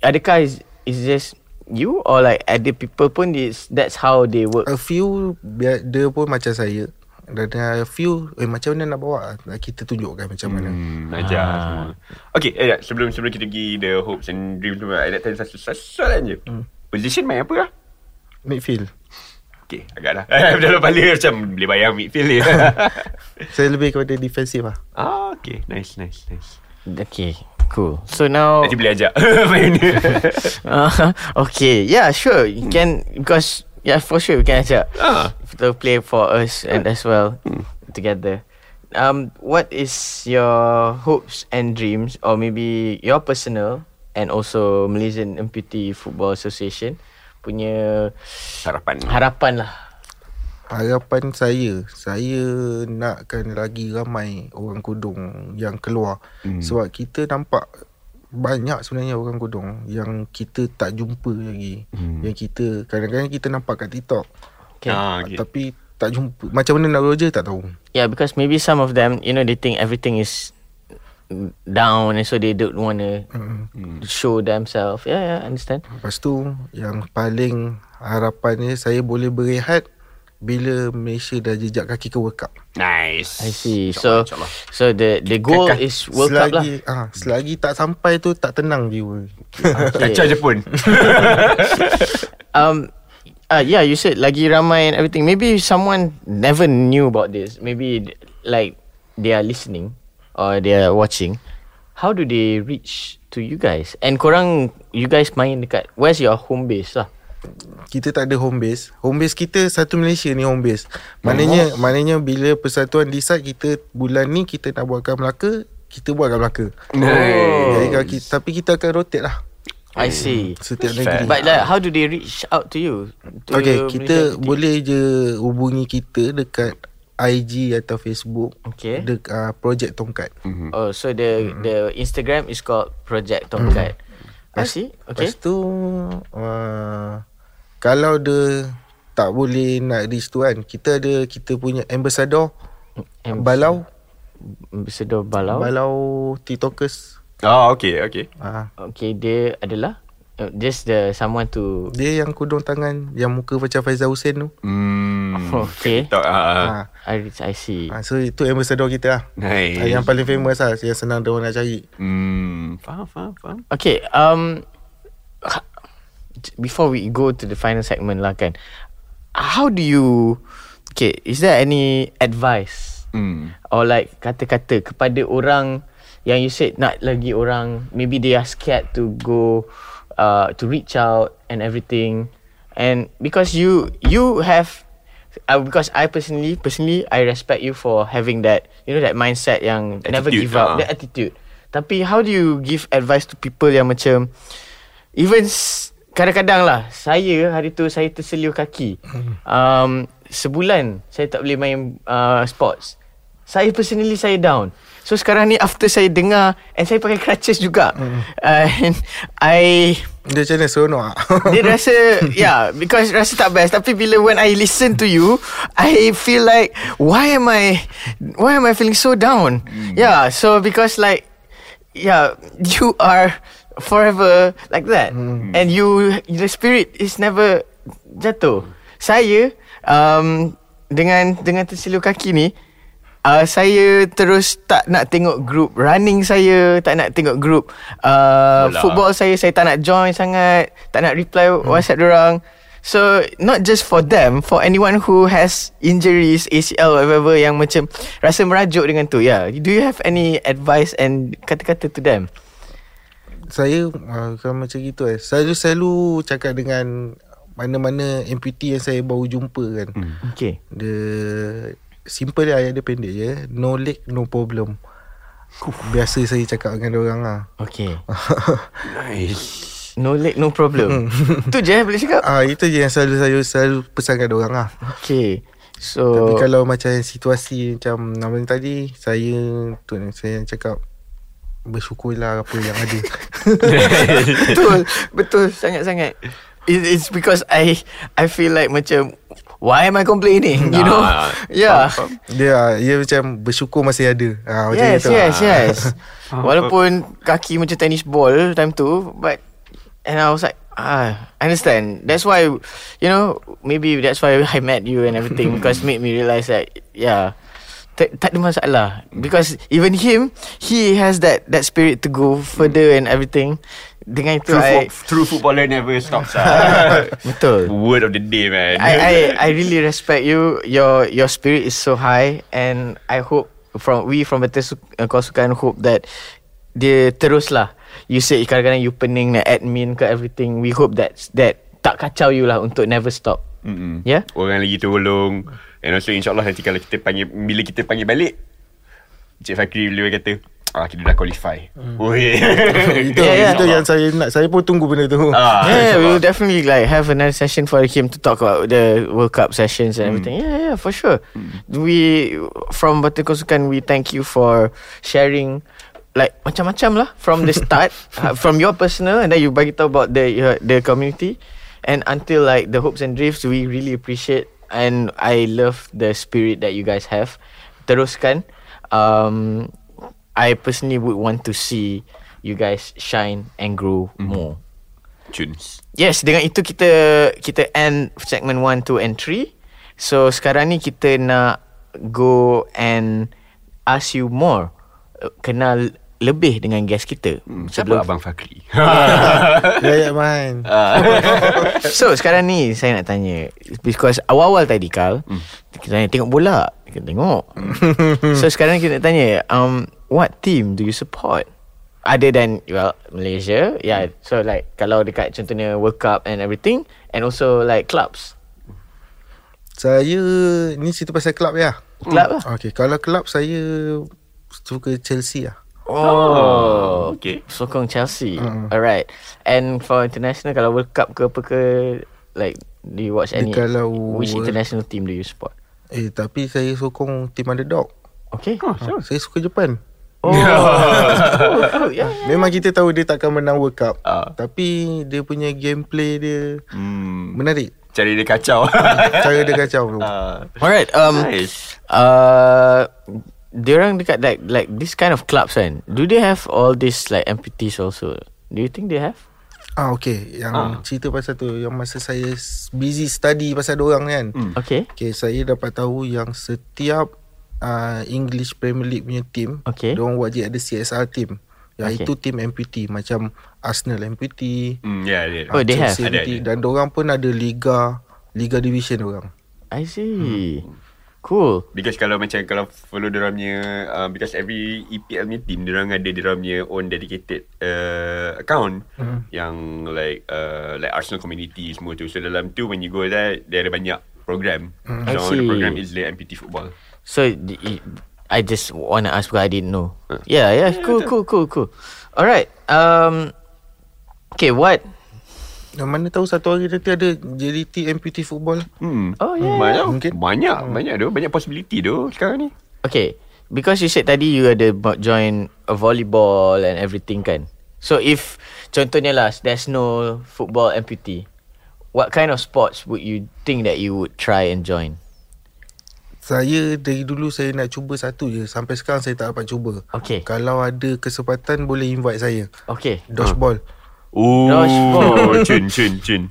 [SPEAKER 1] adakah is is just you or like other people pun is that's how they work.
[SPEAKER 3] A few dia, dia pun macam saya Dan ada a few eh, Macam mana nak bawa Kita tunjukkan macam mana
[SPEAKER 2] Hmm, ajar ah. semua. Okay, eh, sebelum sebelum kita pergi the hopes and dreams tu, I nak tanya satu satu soalan je. Hmm. Position main apa lah?
[SPEAKER 3] Midfield
[SPEAKER 2] Okay, agak lah. Dalam kepala macam boleh bayang midfield ni.
[SPEAKER 3] Saya lebih kepada defensif lah
[SPEAKER 2] ah, okay. Nice, nice, nice.
[SPEAKER 1] Okay, cool. So now
[SPEAKER 2] Nanti boleh ajak main ni.
[SPEAKER 1] Uh, okay, yeah, sure. You can because yeah, for sure we can ajak
[SPEAKER 2] Ah.
[SPEAKER 1] to play for us and as well together. Um, what is your hopes and dreams, or maybe your personal and also Malaysian Amputee Football Association punya
[SPEAKER 2] Harapan.
[SPEAKER 1] harapan lah.
[SPEAKER 3] Harapan saya Saya nakkan lagi ramai orang kudung yang keluar hmm. Sebab kita nampak banyak sebenarnya orang kudung Yang kita tak jumpa lagi hmm. Yang kita kadang-kadang kita nampak kat TikTok
[SPEAKER 1] Okay.
[SPEAKER 2] Ah, okay.
[SPEAKER 3] okay. Tapi tak jumpa Macam mana nak roja tak tahu
[SPEAKER 1] Yeah, because maybe some of them, you know, they think everything is down, and so they don't want to show themselves. Yeah, yeah, understand.
[SPEAKER 3] Lepas tu yang paling harapannya Saya boleh berehat Bila Malaysia dah jejak kaki ke World Cup
[SPEAKER 2] Nice.
[SPEAKER 1] I see. So,
[SPEAKER 2] InsyaAllah, insyaAllah.
[SPEAKER 1] so the the goal
[SPEAKER 3] Kakak,
[SPEAKER 1] is World Cup lah.
[SPEAKER 3] selagi, Cup lah ah, Selagi tak sampai tu tak tenang jiwa
[SPEAKER 2] Kacau je pun.
[SPEAKER 1] Um, uh, yeah, you said lagi ramai and everything. Maybe someone never knew about this. Maybe like they are listening or they are watching. How do they reach to you guys? And korang, you guys main dekat where's your home base lah?
[SPEAKER 3] kita tak ada home base. Home base kita satu Malaysia ni home base. Maknanya oh. maknanya bila persatuan decide kita bulan ni kita nak buatkan Melaka, kita buatkan Melaka.
[SPEAKER 2] Nice.
[SPEAKER 3] Jadi kalau kita, tapi kita akan rotate lah
[SPEAKER 1] I
[SPEAKER 3] Hmm.
[SPEAKER 1] see.
[SPEAKER 3] setiap
[SPEAKER 2] Fair.
[SPEAKER 3] negeri.
[SPEAKER 1] But like, how do they reach out to you? To
[SPEAKER 3] okay,
[SPEAKER 1] Malaysia
[SPEAKER 3] kita
[SPEAKER 1] Amputee?
[SPEAKER 3] boleh je hubungi kita dekat IG atau Facebook
[SPEAKER 1] Okay.
[SPEAKER 3] dek, uh, projek tongkat.
[SPEAKER 1] Oh, so the
[SPEAKER 3] Hmm.
[SPEAKER 1] the Instagram is called Project Tomcat. I see. Okay.
[SPEAKER 3] Lepas tu uh, kalau dia tak boleh nak reach tu kan, kita ada kita punya ambassador Balau
[SPEAKER 1] Ambassador Balau.
[SPEAKER 3] Balau TikTokers
[SPEAKER 2] Ah, okay, okay.
[SPEAKER 3] Ah,
[SPEAKER 1] Okay, dia adalah uh, just the someone to
[SPEAKER 3] dia yang kudung tangan yang muka macam Faizal Hussein tu.
[SPEAKER 2] Hmm.
[SPEAKER 1] Okay.
[SPEAKER 2] Tak, ah, ah.
[SPEAKER 3] Ah.
[SPEAKER 1] I I see.
[SPEAKER 3] ah. so itu ambassador kita lah.
[SPEAKER 2] Nice.
[SPEAKER 3] Ah, Yang paling famous lah yang senang dia orang nak cari.
[SPEAKER 2] Hmm. Faham, faham, faham.
[SPEAKER 1] Okay, um before we go to the final segment lah kan. How do you Okay, is there any advice
[SPEAKER 2] Hmm.
[SPEAKER 1] or like kata-kata kepada orang yang you said nak lagi orang maybe they are scared to go uh, to reach out and everything and because you you have uh, because I personally personally I respect you for having that you know that mindset yang never
[SPEAKER 2] Attitude,
[SPEAKER 1] give up
[SPEAKER 2] ah.
[SPEAKER 1] that attitude tapi how do you give advice to people yang macam even s- kadang-kadang lah saya hari tu saya terseliu kaki um, sebulan saya tak boleh main uh, sports saya personally saya down So sekarang ni after saya dengar and saya pakai crutches juga. Mm. Uh, and I
[SPEAKER 3] Dia macam mana seronok ah?
[SPEAKER 1] dia rasa yeah because rasa tak best tapi bila when I listen to you I feel like why am I why am I feeling so down yeah so because like yeah you are forever like that and you the spirit is never jatuh saya um, dengan dengan tersilu kaki ni Uh, saya terus tak nak tengok group running saya, tak nak tengok group uh,
[SPEAKER 2] Alah.
[SPEAKER 1] football saya, saya tak nak join sangat, tak nak reply WhatsApp orang. So not just for them, for anyone who has injuries, ACL whatever yang macam rasa merajuk dengan tu. Yeah. Do you have any advice and kata-kata to them?
[SPEAKER 3] saya uh, kalau macam gitu eh saya selalu cakap dengan mana-mana amputee yang saya baru jumpa kan hmm.
[SPEAKER 1] Okay.
[SPEAKER 3] dia simple dia ayat dia pendek je no leg no problem biasa saya cakap dengan dia orang lah
[SPEAKER 1] Okay.
[SPEAKER 2] Nice.
[SPEAKER 1] No leg no problem. tu je eh boleh cakap.
[SPEAKER 3] ah itu je yang selalu saya selalu pesan kat dia orang lah
[SPEAKER 1] Okay.
[SPEAKER 3] Tapi
[SPEAKER 1] So
[SPEAKER 3] kalau macam situasi macam nama ni tadi saya tu yang saya yang cakap bersyukurlah apa yang ada.
[SPEAKER 1] betul betul sangat-sangat It, it's because I I feel like macam why am I complaining you know
[SPEAKER 2] Ah,
[SPEAKER 1] yeah
[SPEAKER 3] dia dia macam bersyukur masih ada. Ah macam
[SPEAKER 1] yes
[SPEAKER 3] gitu.
[SPEAKER 1] yes
[SPEAKER 3] Ah.
[SPEAKER 1] yes walaupun kaki macam tennis ball time tu but and I was like ah I understand that's why you know maybe that's why I met you and everything because made me realise that yeah tak, tak ada masalah because even him he has that that spirit to go further and everything dengan itu
[SPEAKER 2] True,
[SPEAKER 1] I,
[SPEAKER 2] fo- true footballer never stops lah.
[SPEAKER 1] betul
[SPEAKER 2] Word of the day man.
[SPEAKER 1] I, I I really respect you. Your your spirit is so high, and I hope from we from Betul Su- uh, Kosukan hope that dia teruslah. You say kadang-kadang you pening nak admin ke everything. We hope that that tak kacau you lah untuk never stop.
[SPEAKER 2] Mm-mm.
[SPEAKER 1] Yeah.
[SPEAKER 2] Orang lagi tolong And also insyaAllah nanti kalau kita panggil Bila kita panggil balik Encik Fakri beliau kata Ah kita dah qualify mm. Oh yeah
[SPEAKER 3] Hmm. itu
[SPEAKER 1] Yeah, yeah.
[SPEAKER 3] yeah, Ah, itu yang saya nak saya pun tunggu benda tu.
[SPEAKER 1] yeah,
[SPEAKER 2] ah,
[SPEAKER 1] we
[SPEAKER 2] insyaAllah.
[SPEAKER 1] will definitely like have another session for him to talk about the World Cup sessions and everything. Yeah, yeah, for sure. We from Batu Kosukan, we thank you for sharing like macam-macam lah from the start, uh, from your personal, and then you bagi tahu about the your, the community, and until like the hopes and drifts, we really appreciate and I love the spirit that you guys have. Teruskan. Um, I personally would want to see you guys shine and grow more.
[SPEAKER 2] Tunes
[SPEAKER 1] Yes, dengan itu kita kita end segment 1, 2 and 3. So sekarang ni kita nak go and ask you more. uh, Kenal lebih dengan guest kita.
[SPEAKER 2] hmm, Siapa
[SPEAKER 1] Sebelum-
[SPEAKER 2] Abang Fakri Ah.
[SPEAKER 3] Ya ya man.
[SPEAKER 1] So sekarang ni saya nak tanya because awal-awal tadi Kal
[SPEAKER 2] Hmm.
[SPEAKER 1] kita tanya tengok bola, kita tengok. so sekarang kita nak tanya um what team do you support? Other than well Malaysia, yeah. So like kalau dekat contohnya World Cup and everything and also like clubs.
[SPEAKER 3] Saya ni cerita pasal kelab ya.
[SPEAKER 1] Club lah.
[SPEAKER 3] Okey, kalau kelab saya suka Chelsea lah.
[SPEAKER 1] Oh.
[SPEAKER 2] okay.
[SPEAKER 1] Sokong Chelsea. Alright. And for international kalau World Cup ke apa ke like do you watch any
[SPEAKER 3] Dia kalau
[SPEAKER 1] which
[SPEAKER 3] World-
[SPEAKER 1] international team do you support?
[SPEAKER 3] Eh tapi saya sokong tim underdog.
[SPEAKER 1] Okay.
[SPEAKER 3] Ha, saya suka Japan.
[SPEAKER 1] Oh. oh, yeah.
[SPEAKER 3] Memang kita tahu dia takkan menang World Cup.
[SPEAKER 2] Ah.
[SPEAKER 3] Tapi dia punya gameplay dia
[SPEAKER 2] hmm,
[SPEAKER 3] menarik.
[SPEAKER 2] Cari dia kacau
[SPEAKER 3] Cara dia kacau tu.
[SPEAKER 2] Ah,
[SPEAKER 1] Alright. Um
[SPEAKER 2] Nice
[SPEAKER 1] uh diorang dekat like like this kind of clubs kan. Do they have all this like amputees also? Do you think they have?
[SPEAKER 3] Ah okey, yang
[SPEAKER 2] Ah.
[SPEAKER 3] cerita pasal tu yang masa saya s- busy study pasal dia orang kan.
[SPEAKER 2] Hmm.
[SPEAKER 1] Okay.
[SPEAKER 3] Okey, saya dapat tahu yang setiap uh, English Premier League punya team,
[SPEAKER 1] Okey.
[SPEAKER 3] dia orang wajib ada CSR team. Yang
[SPEAKER 1] Okey.
[SPEAKER 3] itu team amputee macam Arsenal amputee,
[SPEAKER 2] hmm, Yeah, yeah.
[SPEAKER 1] Oh, they have?
[SPEAKER 3] Chelsea
[SPEAKER 2] Ada,
[SPEAKER 3] amputee
[SPEAKER 2] ada.
[SPEAKER 3] dan dia orang pun ada liga liga division dia orang.
[SPEAKER 1] I see. Cool.
[SPEAKER 2] Because kalau macam Kalau follow diorang punya uh, Because every EPL punya team Diorang ada diorang punya Own dedicated uh, Account mm. Yang like uh, Like Arsenal community Semua tu So dalam tu When you go there Dia ada banyak program mm.
[SPEAKER 1] I
[SPEAKER 2] So the
[SPEAKER 1] see.
[SPEAKER 2] program is like MPT football
[SPEAKER 1] So d- y- I just want to ask because I didn't know. Yeah, yeah, cool, cool, cool, cool. All right. Um, okay, what?
[SPEAKER 3] Yang mana tahu satu hari nanti ada JDT amputee football.
[SPEAKER 2] Hmm.
[SPEAKER 1] Oh, yeah,
[SPEAKER 2] Banyak
[SPEAKER 3] yeah.
[SPEAKER 2] mungkin.
[SPEAKER 3] Mungkin.
[SPEAKER 2] Banyak, banyak tu. Banyak possibility tu sekarang ni.
[SPEAKER 1] Okay, Because you said tadi you ada bo- join a volleyball and everything kan. So if contohnya lah there's no football amputee, what kind of sports would you think that you would try and join?
[SPEAKER 3] Saya dari dulu saya nak cuba satu je Sampai sekarang saya tak dapat cuba
[SPEAKER 1] Okay.
[SPEAKER 3] Kalau ada kesempatan boleh invite saya
[SPEAKER 1] Okay,
[SPEAKER 3] Dodgeball
[SPEAKER 1] Hmm.
[SPEAKER 2] Oh,
[SPEAKER 1] Dodgeball.
[SPEAKER 2] cun, cun, cun.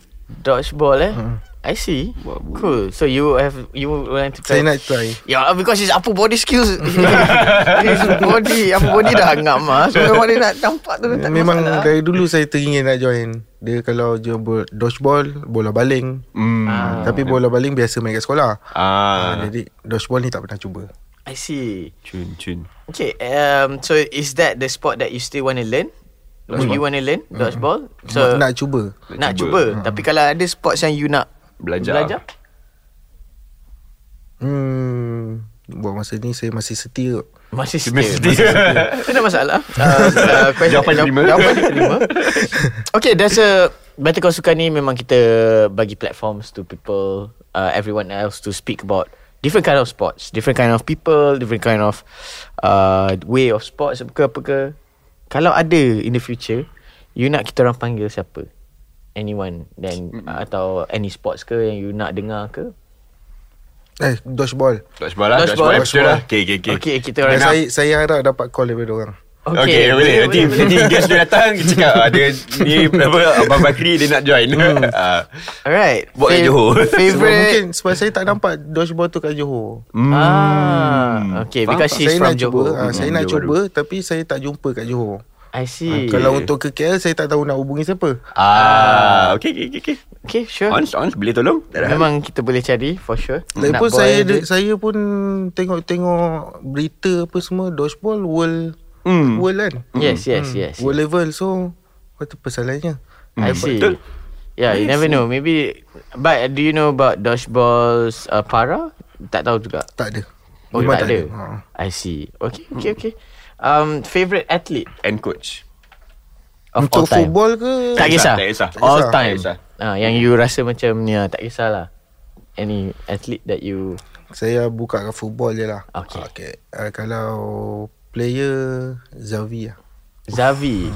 [SPEAKER 1] dodgeball eh.
[SPEAKER 3] Mm-hmm.
[SPEAKER 1] I see. Cool. So you have you would want to
[SPEAKER 3] Saya
[SPEAKER 1] try?
[SPEAKER 3] nak try
[SPEAKER 1] Ya, yeah, because his upper body skills His body Upper body dah hangam lah So memang dia nak nampak tu tak ada
[SPEAKER 3] Memang
[SPEAKER 1] masalah.
[SPEAKER 3] dari dulu saya teringin nak join Dia kalau jual bo- dodgeball Bola baling
[SPEAKER 2] Hmm.
[SPEAKER 1] Ah.
[SPEAKER 3] Tapi bola baling biasa main kat sekolah
[SPEAKER 2] Ah.
[SPEAKER 1] Hmm.
[SPEAKER 3] Ah, Jadi dodgeball ni tak pernah cuba
[SPEAKER 1] lah. I see
[SPEAKER 2] Cun, cun.
[SPEAKER 1] Okay, um, so is that the sport that you still want to learn? Would you want to learn dodgeball? So
[SPEAKER 3] Nak cuba
[SPEAKER 1] nak cuba. Tapi kalau ada sports yang you nak
[SPEAKER 2] Belajar.
[SPEAKER 1] belajar,
[SPEAKER 3] Hmm, buat masa ni saya masih setia.
[SPEAKER 1] masih
[SPEAKER 2] Masih
[SPEAKER 1] still. Tidak masalah. Uh, uh, question-
[SPEAKER 2] Jawapan diterima.
[SPEAKER 1] Jawapan diterima. okay, there's a Better Kau Suka ni memang kita bagi platforms to people, uh, everyone else to speak about different kind of sports, different kind of people, different kind of uh, way of sports ke apa ke. Kalau ada in the future, you nak kita orang panggil siapa? Anyone
[SPEAKER 2] Mm.
[SPEAKER 1] then uh, atau any sports ke yang you nak dengar ke?
[SPEAKER 3] Eh, dodgeball.
[SPEAKER 2] Dodgeball lah.
[SPEAKER 1] Dodgeball.
[SPEAKER 2] Dodgeball. Betul lah. Okay, okay, okay.
[SPEAKER 1] Okay, kita
[SPEAKER 3] Dan
[SPEAKER 1] orang
[SPEAKER 3] saya saya harap dapat call daripada orang.
[SPEAKER 2] Okay, okay boleh. Nanti, nanti guest dia datang, dia cakap, ah, dia ni apa, Abang Bakri dia nak join.
[SPEAKER 1] Hmm.
[SPEAKER 2] Ah.
[SPEAKER 1] Alright.
[SPEAKER 2] Buat kat
[SPEAKER 1] Fav-
[SPEAKER 2] Johor.
[SPEAKER 3] Sebab mungkin
[SPEAKER 1] Favorite.
[SPEAKER 3] sebab saya tak nampak dodgeball tu kat Johor.
[SPEAKER 2] Hmm.
[SPEAKER 1] Ah, okay.
[SPEAKER 2] Faham,
[SPEAKER 1] Because
[SPEAKER 2] faham.
[SPEAKER 1] she's
[SPEAKER 3] saya
[SPEAKER 1] from
[SPEAKER 3] nak
[SPEAKER 1] Johor.
[SPEAKER 3] cuba, ah, saya
[SPEAKER 2] Hmm,
[SPEAKER 3] nak
[SPEAKER 2] Johor
[SPEAKER 3] cuba tapi saya tak jumpa kat Johor.
[SPEAKER 1] I see.
[SPEAKER 2] Okay.
[SPEAKER 3] Ah, Kalau untuk ke KL saya tak tahu nak hubungi siapa.
[SPEAKER 1] Hmm,
[SPEAKER 2] Ah, okay, okay, okay, okay.
[SPEAKER 1] Okay, sure.
[SPEAKER 2] Ons, Ons, boleh tolong? Tak ada.
[SPEAKER 1] Memang kita boleh cari for sure. Nak
[SPEAKER 3] Lagipun
[SPEAKER 1] boil
[SPEAKER 3] saya de,
[SPEAKER 1] je.
[SPEAKER 3] saya pun tengok-tengok berita apa semua dodgeball world
[SPEAKER 2] Hmm.
[SPEAKER 3] world kan.
[SPEAKER 1] Yes, yes, yes.
[SPEAKER 3] World level so what tu persoalannya?
[SPEAKER 1] I
[SPEAKER 3] Hmm.
[SPEAKER 1] see.
[SPEAKER 2] Betul.
[SPEAKER 1] Yeah, you never know. Maybe but do you know about dodgeballs uh, para? Tak tahu juga.
[SPEAKER 3] Tak ada.
[SPEAKER 1] Oh,
[SPEAKER 3] Memang
[SPEAKER 1] tak, ada.
[SPEAKER 3] Ha.
[SPEAKER 1] I see. Okay, okay, okay. Um favorite athlete
[SPEAKER 2] And coach.
[SPEAKER 1] of all
[SPEAKER 3] Untuk
[SPEAKER 1] time.
[SPEAKER 3] football ke?
[SPEAKER 1] Tak kisah.
[SPEAKER 2] Tak kisah.
[SPEAKER 1] All
[SPEAKER 3] Tak kisah.
[SPEAKER 1] time.
[SPEAKER 2] Tak kisah.
[SPEAKER 1] Ah, yang you rasa macam ni ah, tak kisahlah. Any athlete that you
[SPEAKER 3] Saya buka kat football je lah
[SPEAKER 1] Okay.
[SPEAKER 3] okay. Uh, Kalau player Zavi lah
[SPEAKER 1] Zavi.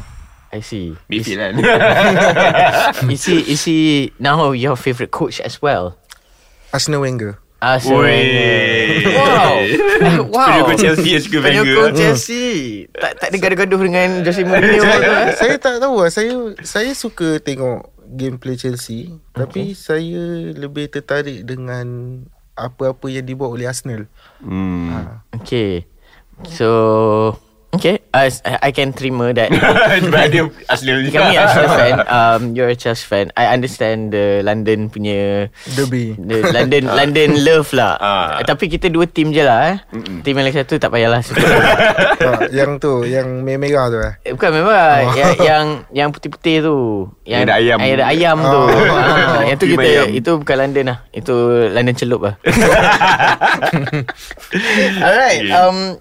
[SPEAKER 1] I see.
[SPEAKER 2] Midfield kan?
[SPEAKER 1] Is he is he now your favorite coach as well?
[SPEAKER 3] Arsenal Wenger
[SPEAKER 1] Arsene
[SPEAKER 2] Ui.
[SPEAKER 1] Wenger. Wow. wow.
[SPEAKER 2] Penyokong Chelsea, Arsene Wenger.
[SPEAKER 1] Penyokong Chelsea. Tak tak ada gaduh-gaduh dengan Jose Mourinho.
[SPEAKER 3] saya, saya tak tahu lah Saya saya suka tengok gameplay Chelsea okay. Tapi saya lebih tertarik dengan Apa-apa yang dibuat oleh Arsenal
[SPEAKER 2] Hmm.
[SPEAKER 1] okay. So Okay, I, I can terima that.
[SPEAKER 2] Sebab dia asli
[SPEAKER 1] Kami Arsenal fan. Um, you're a Chelsea fan. I understand the London punya
[SPEAKER 3] Derby
[SPEAKER 1] The London London love lah.
[SPEAKER 2] Ah.
[SPEAKER 1] Tapi kita dua team je lah eh. Team yang lagi satu tak payahlah.
[SPEAKER 3] ha, Yang tu Yang merah tu lah
[SPEAKER 1] Eh, bukan memang oh. yang, yang yang putih-putih tu. Yang
[SPEAKER 2] Yang ada ayam.
[SPEAKER 1] Yang ada ayam tu.
[SPEAKER 3] Oh.
[SPEAKER 1] Ah, yang tu
[SPEAKER 2] Cream
[SPEAKER 1] kita
[SPEAKER 2] ayam.
[SPEAKER 1] itu bukan London lah. Itu London celup lah. Alright.
[SPEAKER 2] Okay.
[SPEAKER 1] Um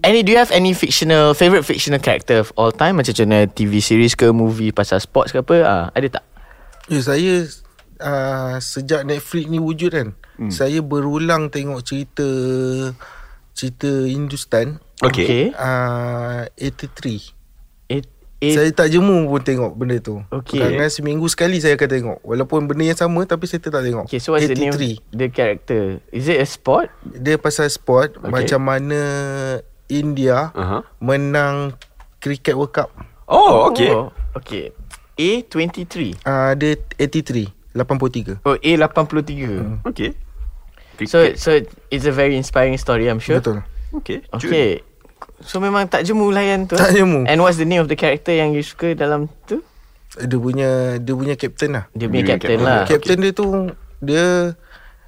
[SPEAKER 1] Any do you have any fictional favorite fictional character of all time macam mana TV series ke movie pasal sports ke apa? Ah, ada tak?
[SPEAKER 3] Ya, saya uh, sejak Netflix ni wujud kan, hmm. saya berulang tengok cerita cerita Hindustan
[SPEAKER 1] Eh?
[SPEAKER 2] Okay.
[SPEAKER 3] uh, 83.
[SPEAKER 1] It, it,
[SPEAKER 3] It, saya tak jemu pun tengok benda tu.
[SPEAKER 1] Okay.
[SPEAKER 3] Kadang seminggu sekali saya akan tengok. Walaupun benda yang sama tapi saya tetap tengok.
[SPEAKER 1] okay, so what's the name? The character. Is it a sport?
[SPEAKER 3] Dia pasal sport okay. macam mana
[SPEAKER 1] Ah.
[SPEAKER 3] India
[SPEAKER 2] Aha.
[SPEAKER 3] uh-huh. menang cricket World Cup.
[SPEAKER 2] Oh, okay.
[SPEAKER 1] Oh, okay. A23.
[SPEAKER 3] Uh, dia 83, 83.
[SPEAKER 1] Oh, A83. Hmm.
[SPEAKER 2] Okay.
[SPEAKER 1] So so it's a very inspiring story, I'm sure.
[SPEAKER 3] Betul.
[SPEAKER 2] okay. Cun.
[SPEAKER 1] Okay. So memang tak jemu layan tu. eh?
[SPEAKER 3] Tak jemu.
[SPEAKER 1] And what's the name of the character yang you suka dalam tu?
[SPEAKER 3] Dia punya dia punya captain lah.
[SPEAKER 1] Dia punya
[SPEAKER 2] Dia punya
[SPEAKER 1] captain,
[SPEAKER 2] captain.
[SPEAKER 1] lah.
[SPEAKER 3] Captain okay. dia tu dia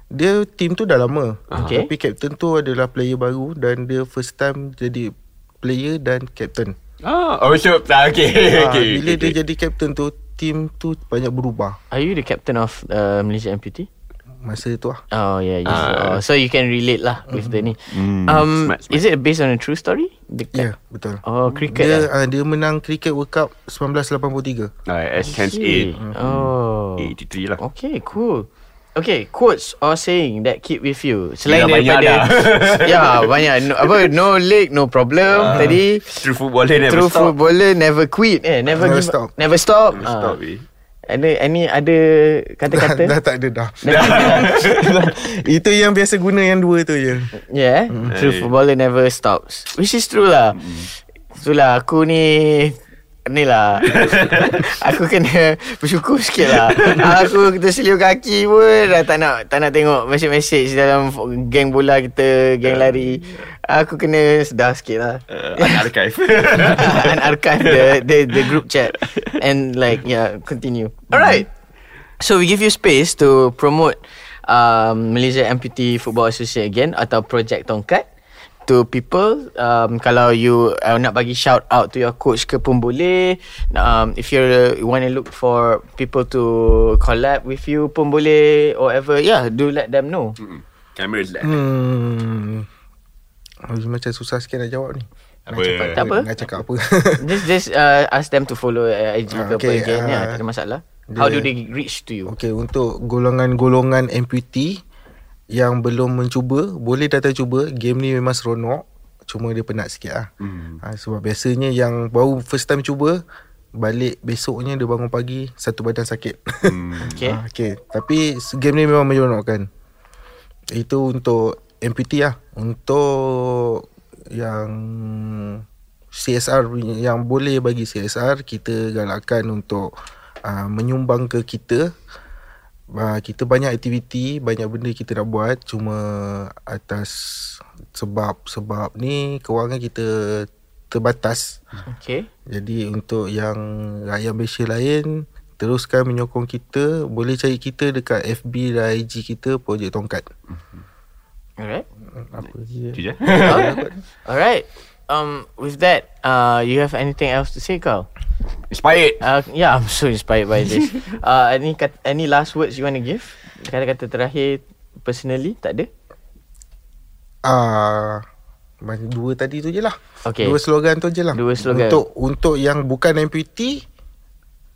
[SPEAKER 3] dia team tu dah lama.
[SPEAKER 1] Okay.
[SPEAKER 3] Tapi captain tu adalah player baru dan dia first time jadi player dan captain.
[SPEAKER 2] Ah, oh, so, ah, okay.
[SPEAKER 3] Ah,
[SPEAKER 2] okay.
[SPEAKER 3] bila
[SPEAKER 2] okay.
[SPEAKER 3] dia jadi captain tu team tu banyak berubah
[SPEAKER 1] Are you the captain of uh, Malaysia MPT?
[SPEAKER 3] masa tu lah.
[SPEAKER 1] Oh yeah, yes. oh,
[SPEAKER 2] Ah.
[SPEAKER 1] so you can relate lah with the ni.
[SPEAKER 2] Mm,
[SPEAKER 1] um,
[SPEAKER 2] smart, smart.
[SPEAKER 1] is it based on a true story? The
[SPEAKER 3] Ya, yeah,
[SPEAKER 1] cap-
[SPEAKER 3] betul.
[SPEAKER 1] Oh cricket.
[SPEAKER 3] dia
[SPEAKER 1] Yeah.
[SPEAKER 3] ah, dia menang cricket World Cup 1983.
[SPEAKER 2] Ah, S hence A.
[SPEAKER 1] Oh.
[SPEAKER 2] 83 lah.
[SPEAKER 1] Okay, cool. Okay, quotes or saying that keep with you selain
[SPEAKER 2] Yelah, banyak
[SPEAKER 1] daripada ya banyak no, apa no leg no problem uh, tadi
[SPEAKER 2] True footballer never
[SPEAKER 1] true
[SPEAKER 2] stop
[SPEAKER 1] footballer never quit eh never,
[SPEAKER 3] Never
[SPEAKER 1] give,
[SPEAKER 3] stop.
[SPEAKER 1] never stop
[SPEAKER 2] Never
[SPEAKER 1] Ah.
[SPEAKER 2] stop eh.
[SPEAKER 1] ada any ada
[SPEAKER 3] Dah,
[SPEAKER 1] kata-kata
[SPEAKER 3] dah tak ada dah. Itu yang biasa guna yang dua tu je.
[SPEAKER 1] Yeah, mm. true
[SPEAKER 2] Mm-hmm. Hey. Mm-hmm.
[SPEAKER 1] footballer never stops. Which is true lah. Mm. Itulah aku ni Ni lah Aku kena Bersyukur sikit lah Aku terselio kaki pun Dah tak nak Tak nak tengok Message-message Dalam f- geng bola kita Geng lari Ah, Aku kena Sedar sikit lah
[SPEAKER 2] Uh, archive
[SPEAKER 1] and archive the, the the group chat and like yeah continue all right so we give you space to promote um, Malaysia Amputee Football Association again atau Project Tongkat to people um, kalau you uh, nak bagi shout out to your coach ke pun boleh um, if you're, you want to look for people to collab with you pun boleh or ever yeah do let them know
[SPEAKER 2] Cameras lah
[SPEAKER 3] Hmm. Habis Hmm. macam susah sikit nak jawab ni. Nak
[SPEAKER 2] Apa?
[SPEAKER 3] cakap,
[SPEAKER 1] Tak apa.
[SPEAKER 3] Nak cakap apa.
[SPEAKER 1] just just uh, ask them to follow uh, IG
[SPEAKER 3] Ah,
[SPEAKER 1] ke apa
[SPEAKER 3] okay,
[SPEAKER 1] again yeah
[SPEAKER 3] ah.
[SPEAKER 1] tak ada masalah how do
[SPEAKER 3] Dia-
[SPEAKER 1] they reach to you
[SPEAKER 3] Okey, untuk golongan-golongan amputee yang belum mencuba, boleh datang cuba. Game ni memang seronok. Cuma dia penat sikit lah. Hmm. Ha, sebab biasanya yang baru first time cuba, balik besoknya dia bangun pagi, satu badan sakit. Hmm.
[SPEAKER 1] Okay.
[SPEAKER 3] Ha, okay. Tapi s- game ni memang menyeronokkan. Itu untuk amputee lah. Untuk yang CSR punya- yang boleh bagi CSR kita galakkan untuk uh, menyumbang ke kita uh, kita banyak aktiviti banyak benda kita nak buat cuma atas sebab-sebab ni kewangan kita terbatas
[SPEAKER 1] Okay
[SPEAKER 3] jadi untuk yang rakyat Malaysia lain teruskan menyokong kita boleh cari kita dekat FB dan IG kita projek tongkat
[SPEAKER 1] Alright.
[SPEAKER 3] apa je
[SPEAKER 2] Itu je
[SPEAKER 1] Alright. Alright. Um, with that, uh, you have anything else to say, Carl?
[SPEAKER 2] Inspired
[SPEAKER 1] Uh, yeah, I'm so inspired by this. Uh, any kat- any last words you want to give? Kata-kata terakhir personally, tak ada?
[SPEAKER 3] ah uh, dua tadi tu je lah
[SPEAKER 1] Okay.
[SPEAKER 3] Dua slogan tu je lah.
[SPEAKER 1] Dua slogan.
[SPEAKER 3] Untuk untuk yang bukan amputee,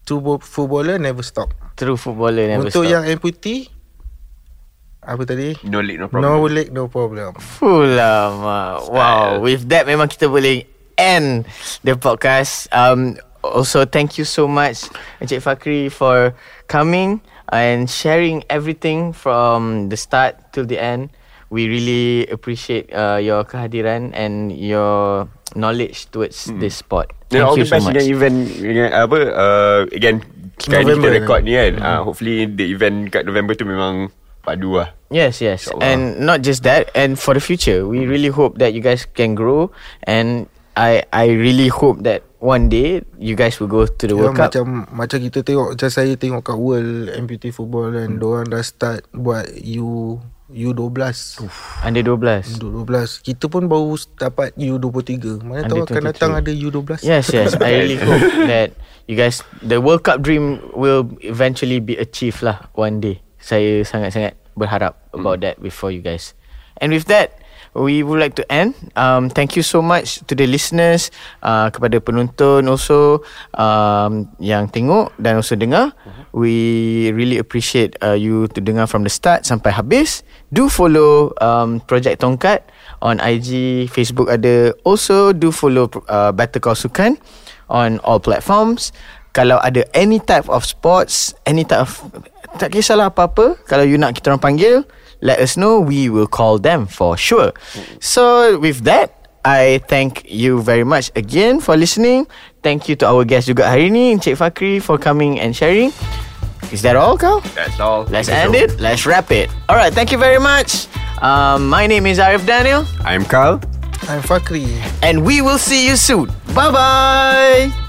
[SPEAKER 3] true bo- footballer never stop.
[SPEAKER 1] True footballer never
[SPEAKER 3] untuk
[SPEAKER 1] stop.
[SPEAKER 3] yang amputee, apa tadi?
[SPEAKER 2] No leg no problem
[SPEAKER 3] No leg, no problem.
[SPEAKER 1] Fulama. Wow. With that memang kita boleh end the podcast. Um, also thank you so much Encik Fakri for coming and sharing everything from the start till the end. We really appreciate uh, your kehadiran and your knowledge towards this spot. Thank
[SPEAKER 2] Thank Mm. all
[SPEAKER 1] you
[SPEAKER 2] the
[SPEAKER 1] so
[SPEAKER 2] best
[SPEAKER 1] much.
[SPEAKER 2] dengan event dengan apa uh, again sekarang ni kita
[SPEAKER 3] November ni.
[SPEAKER 2] record ni kan.
[SPEAKER 1] Mm-hmm.
[SPEAKER 2] Uh, hopefully the event kat November tu memang padu lah.
[SPEAKER 1] Yes, yes.
[SPEAKER 2] InsyaAllah.
[SPEAKER 1] And not just that, and for the future, we really hope that you guys can grow and I I really hope that one day you guys will go to the
[SPEAKER 3] Ya,
[SPEAKER 1] World Cup.
[SPEAKER 3] macam macam kita tengok macam saya tengok kat World Amputee Football kan hmm. diorang dah start buat U U12.
[SPEAKER 1] Under 12.
[SPEAKER 3] U12. Kita pun baru dapat U23. Mana tahu
[SPEAKER 1] Under
[SPEAKER 3] akan
[SPEAKER 1] 23.
[SPEAKER 3] datang ada U12.
[SPEAKER 1] Yes, yes. I really hope that you guys the World Cup dream will eventually be achieved lah one day. Saya sangat-sangat berharap about that before you guys. And with that, we would like to end. Um, thank you so much to the listeners, uh, kepada penonton also um, yang tengok dan also dengar. We really appreciate uh, you to dengar from the start sampai habis. Do follow um, Project Tongkat on IG, Facebook ada. Also do follow uh, Better Call Sukan on all platforms. Kalau ada any type of sports, any type of tak kisahlah apa-apa, kalau you nak kita orang panggil, let us know we will call them for sure. So with that, I thank you very much again for listening. Thank you to our guest juga hari ni, Encik Fakri for coming and sharing. Is that all kau?
[SPEAKER 2] That's all.
[SPEAKER 1] Let's end it. Let's wrap it. All right, thank you very much. Um, my name is Arif Daniel.
[SPEAKER 2] I'm Carl.
[SPEAKER 3] I'm Fakri.
[SPEAKER 1] and we will see you soon. Bye bye.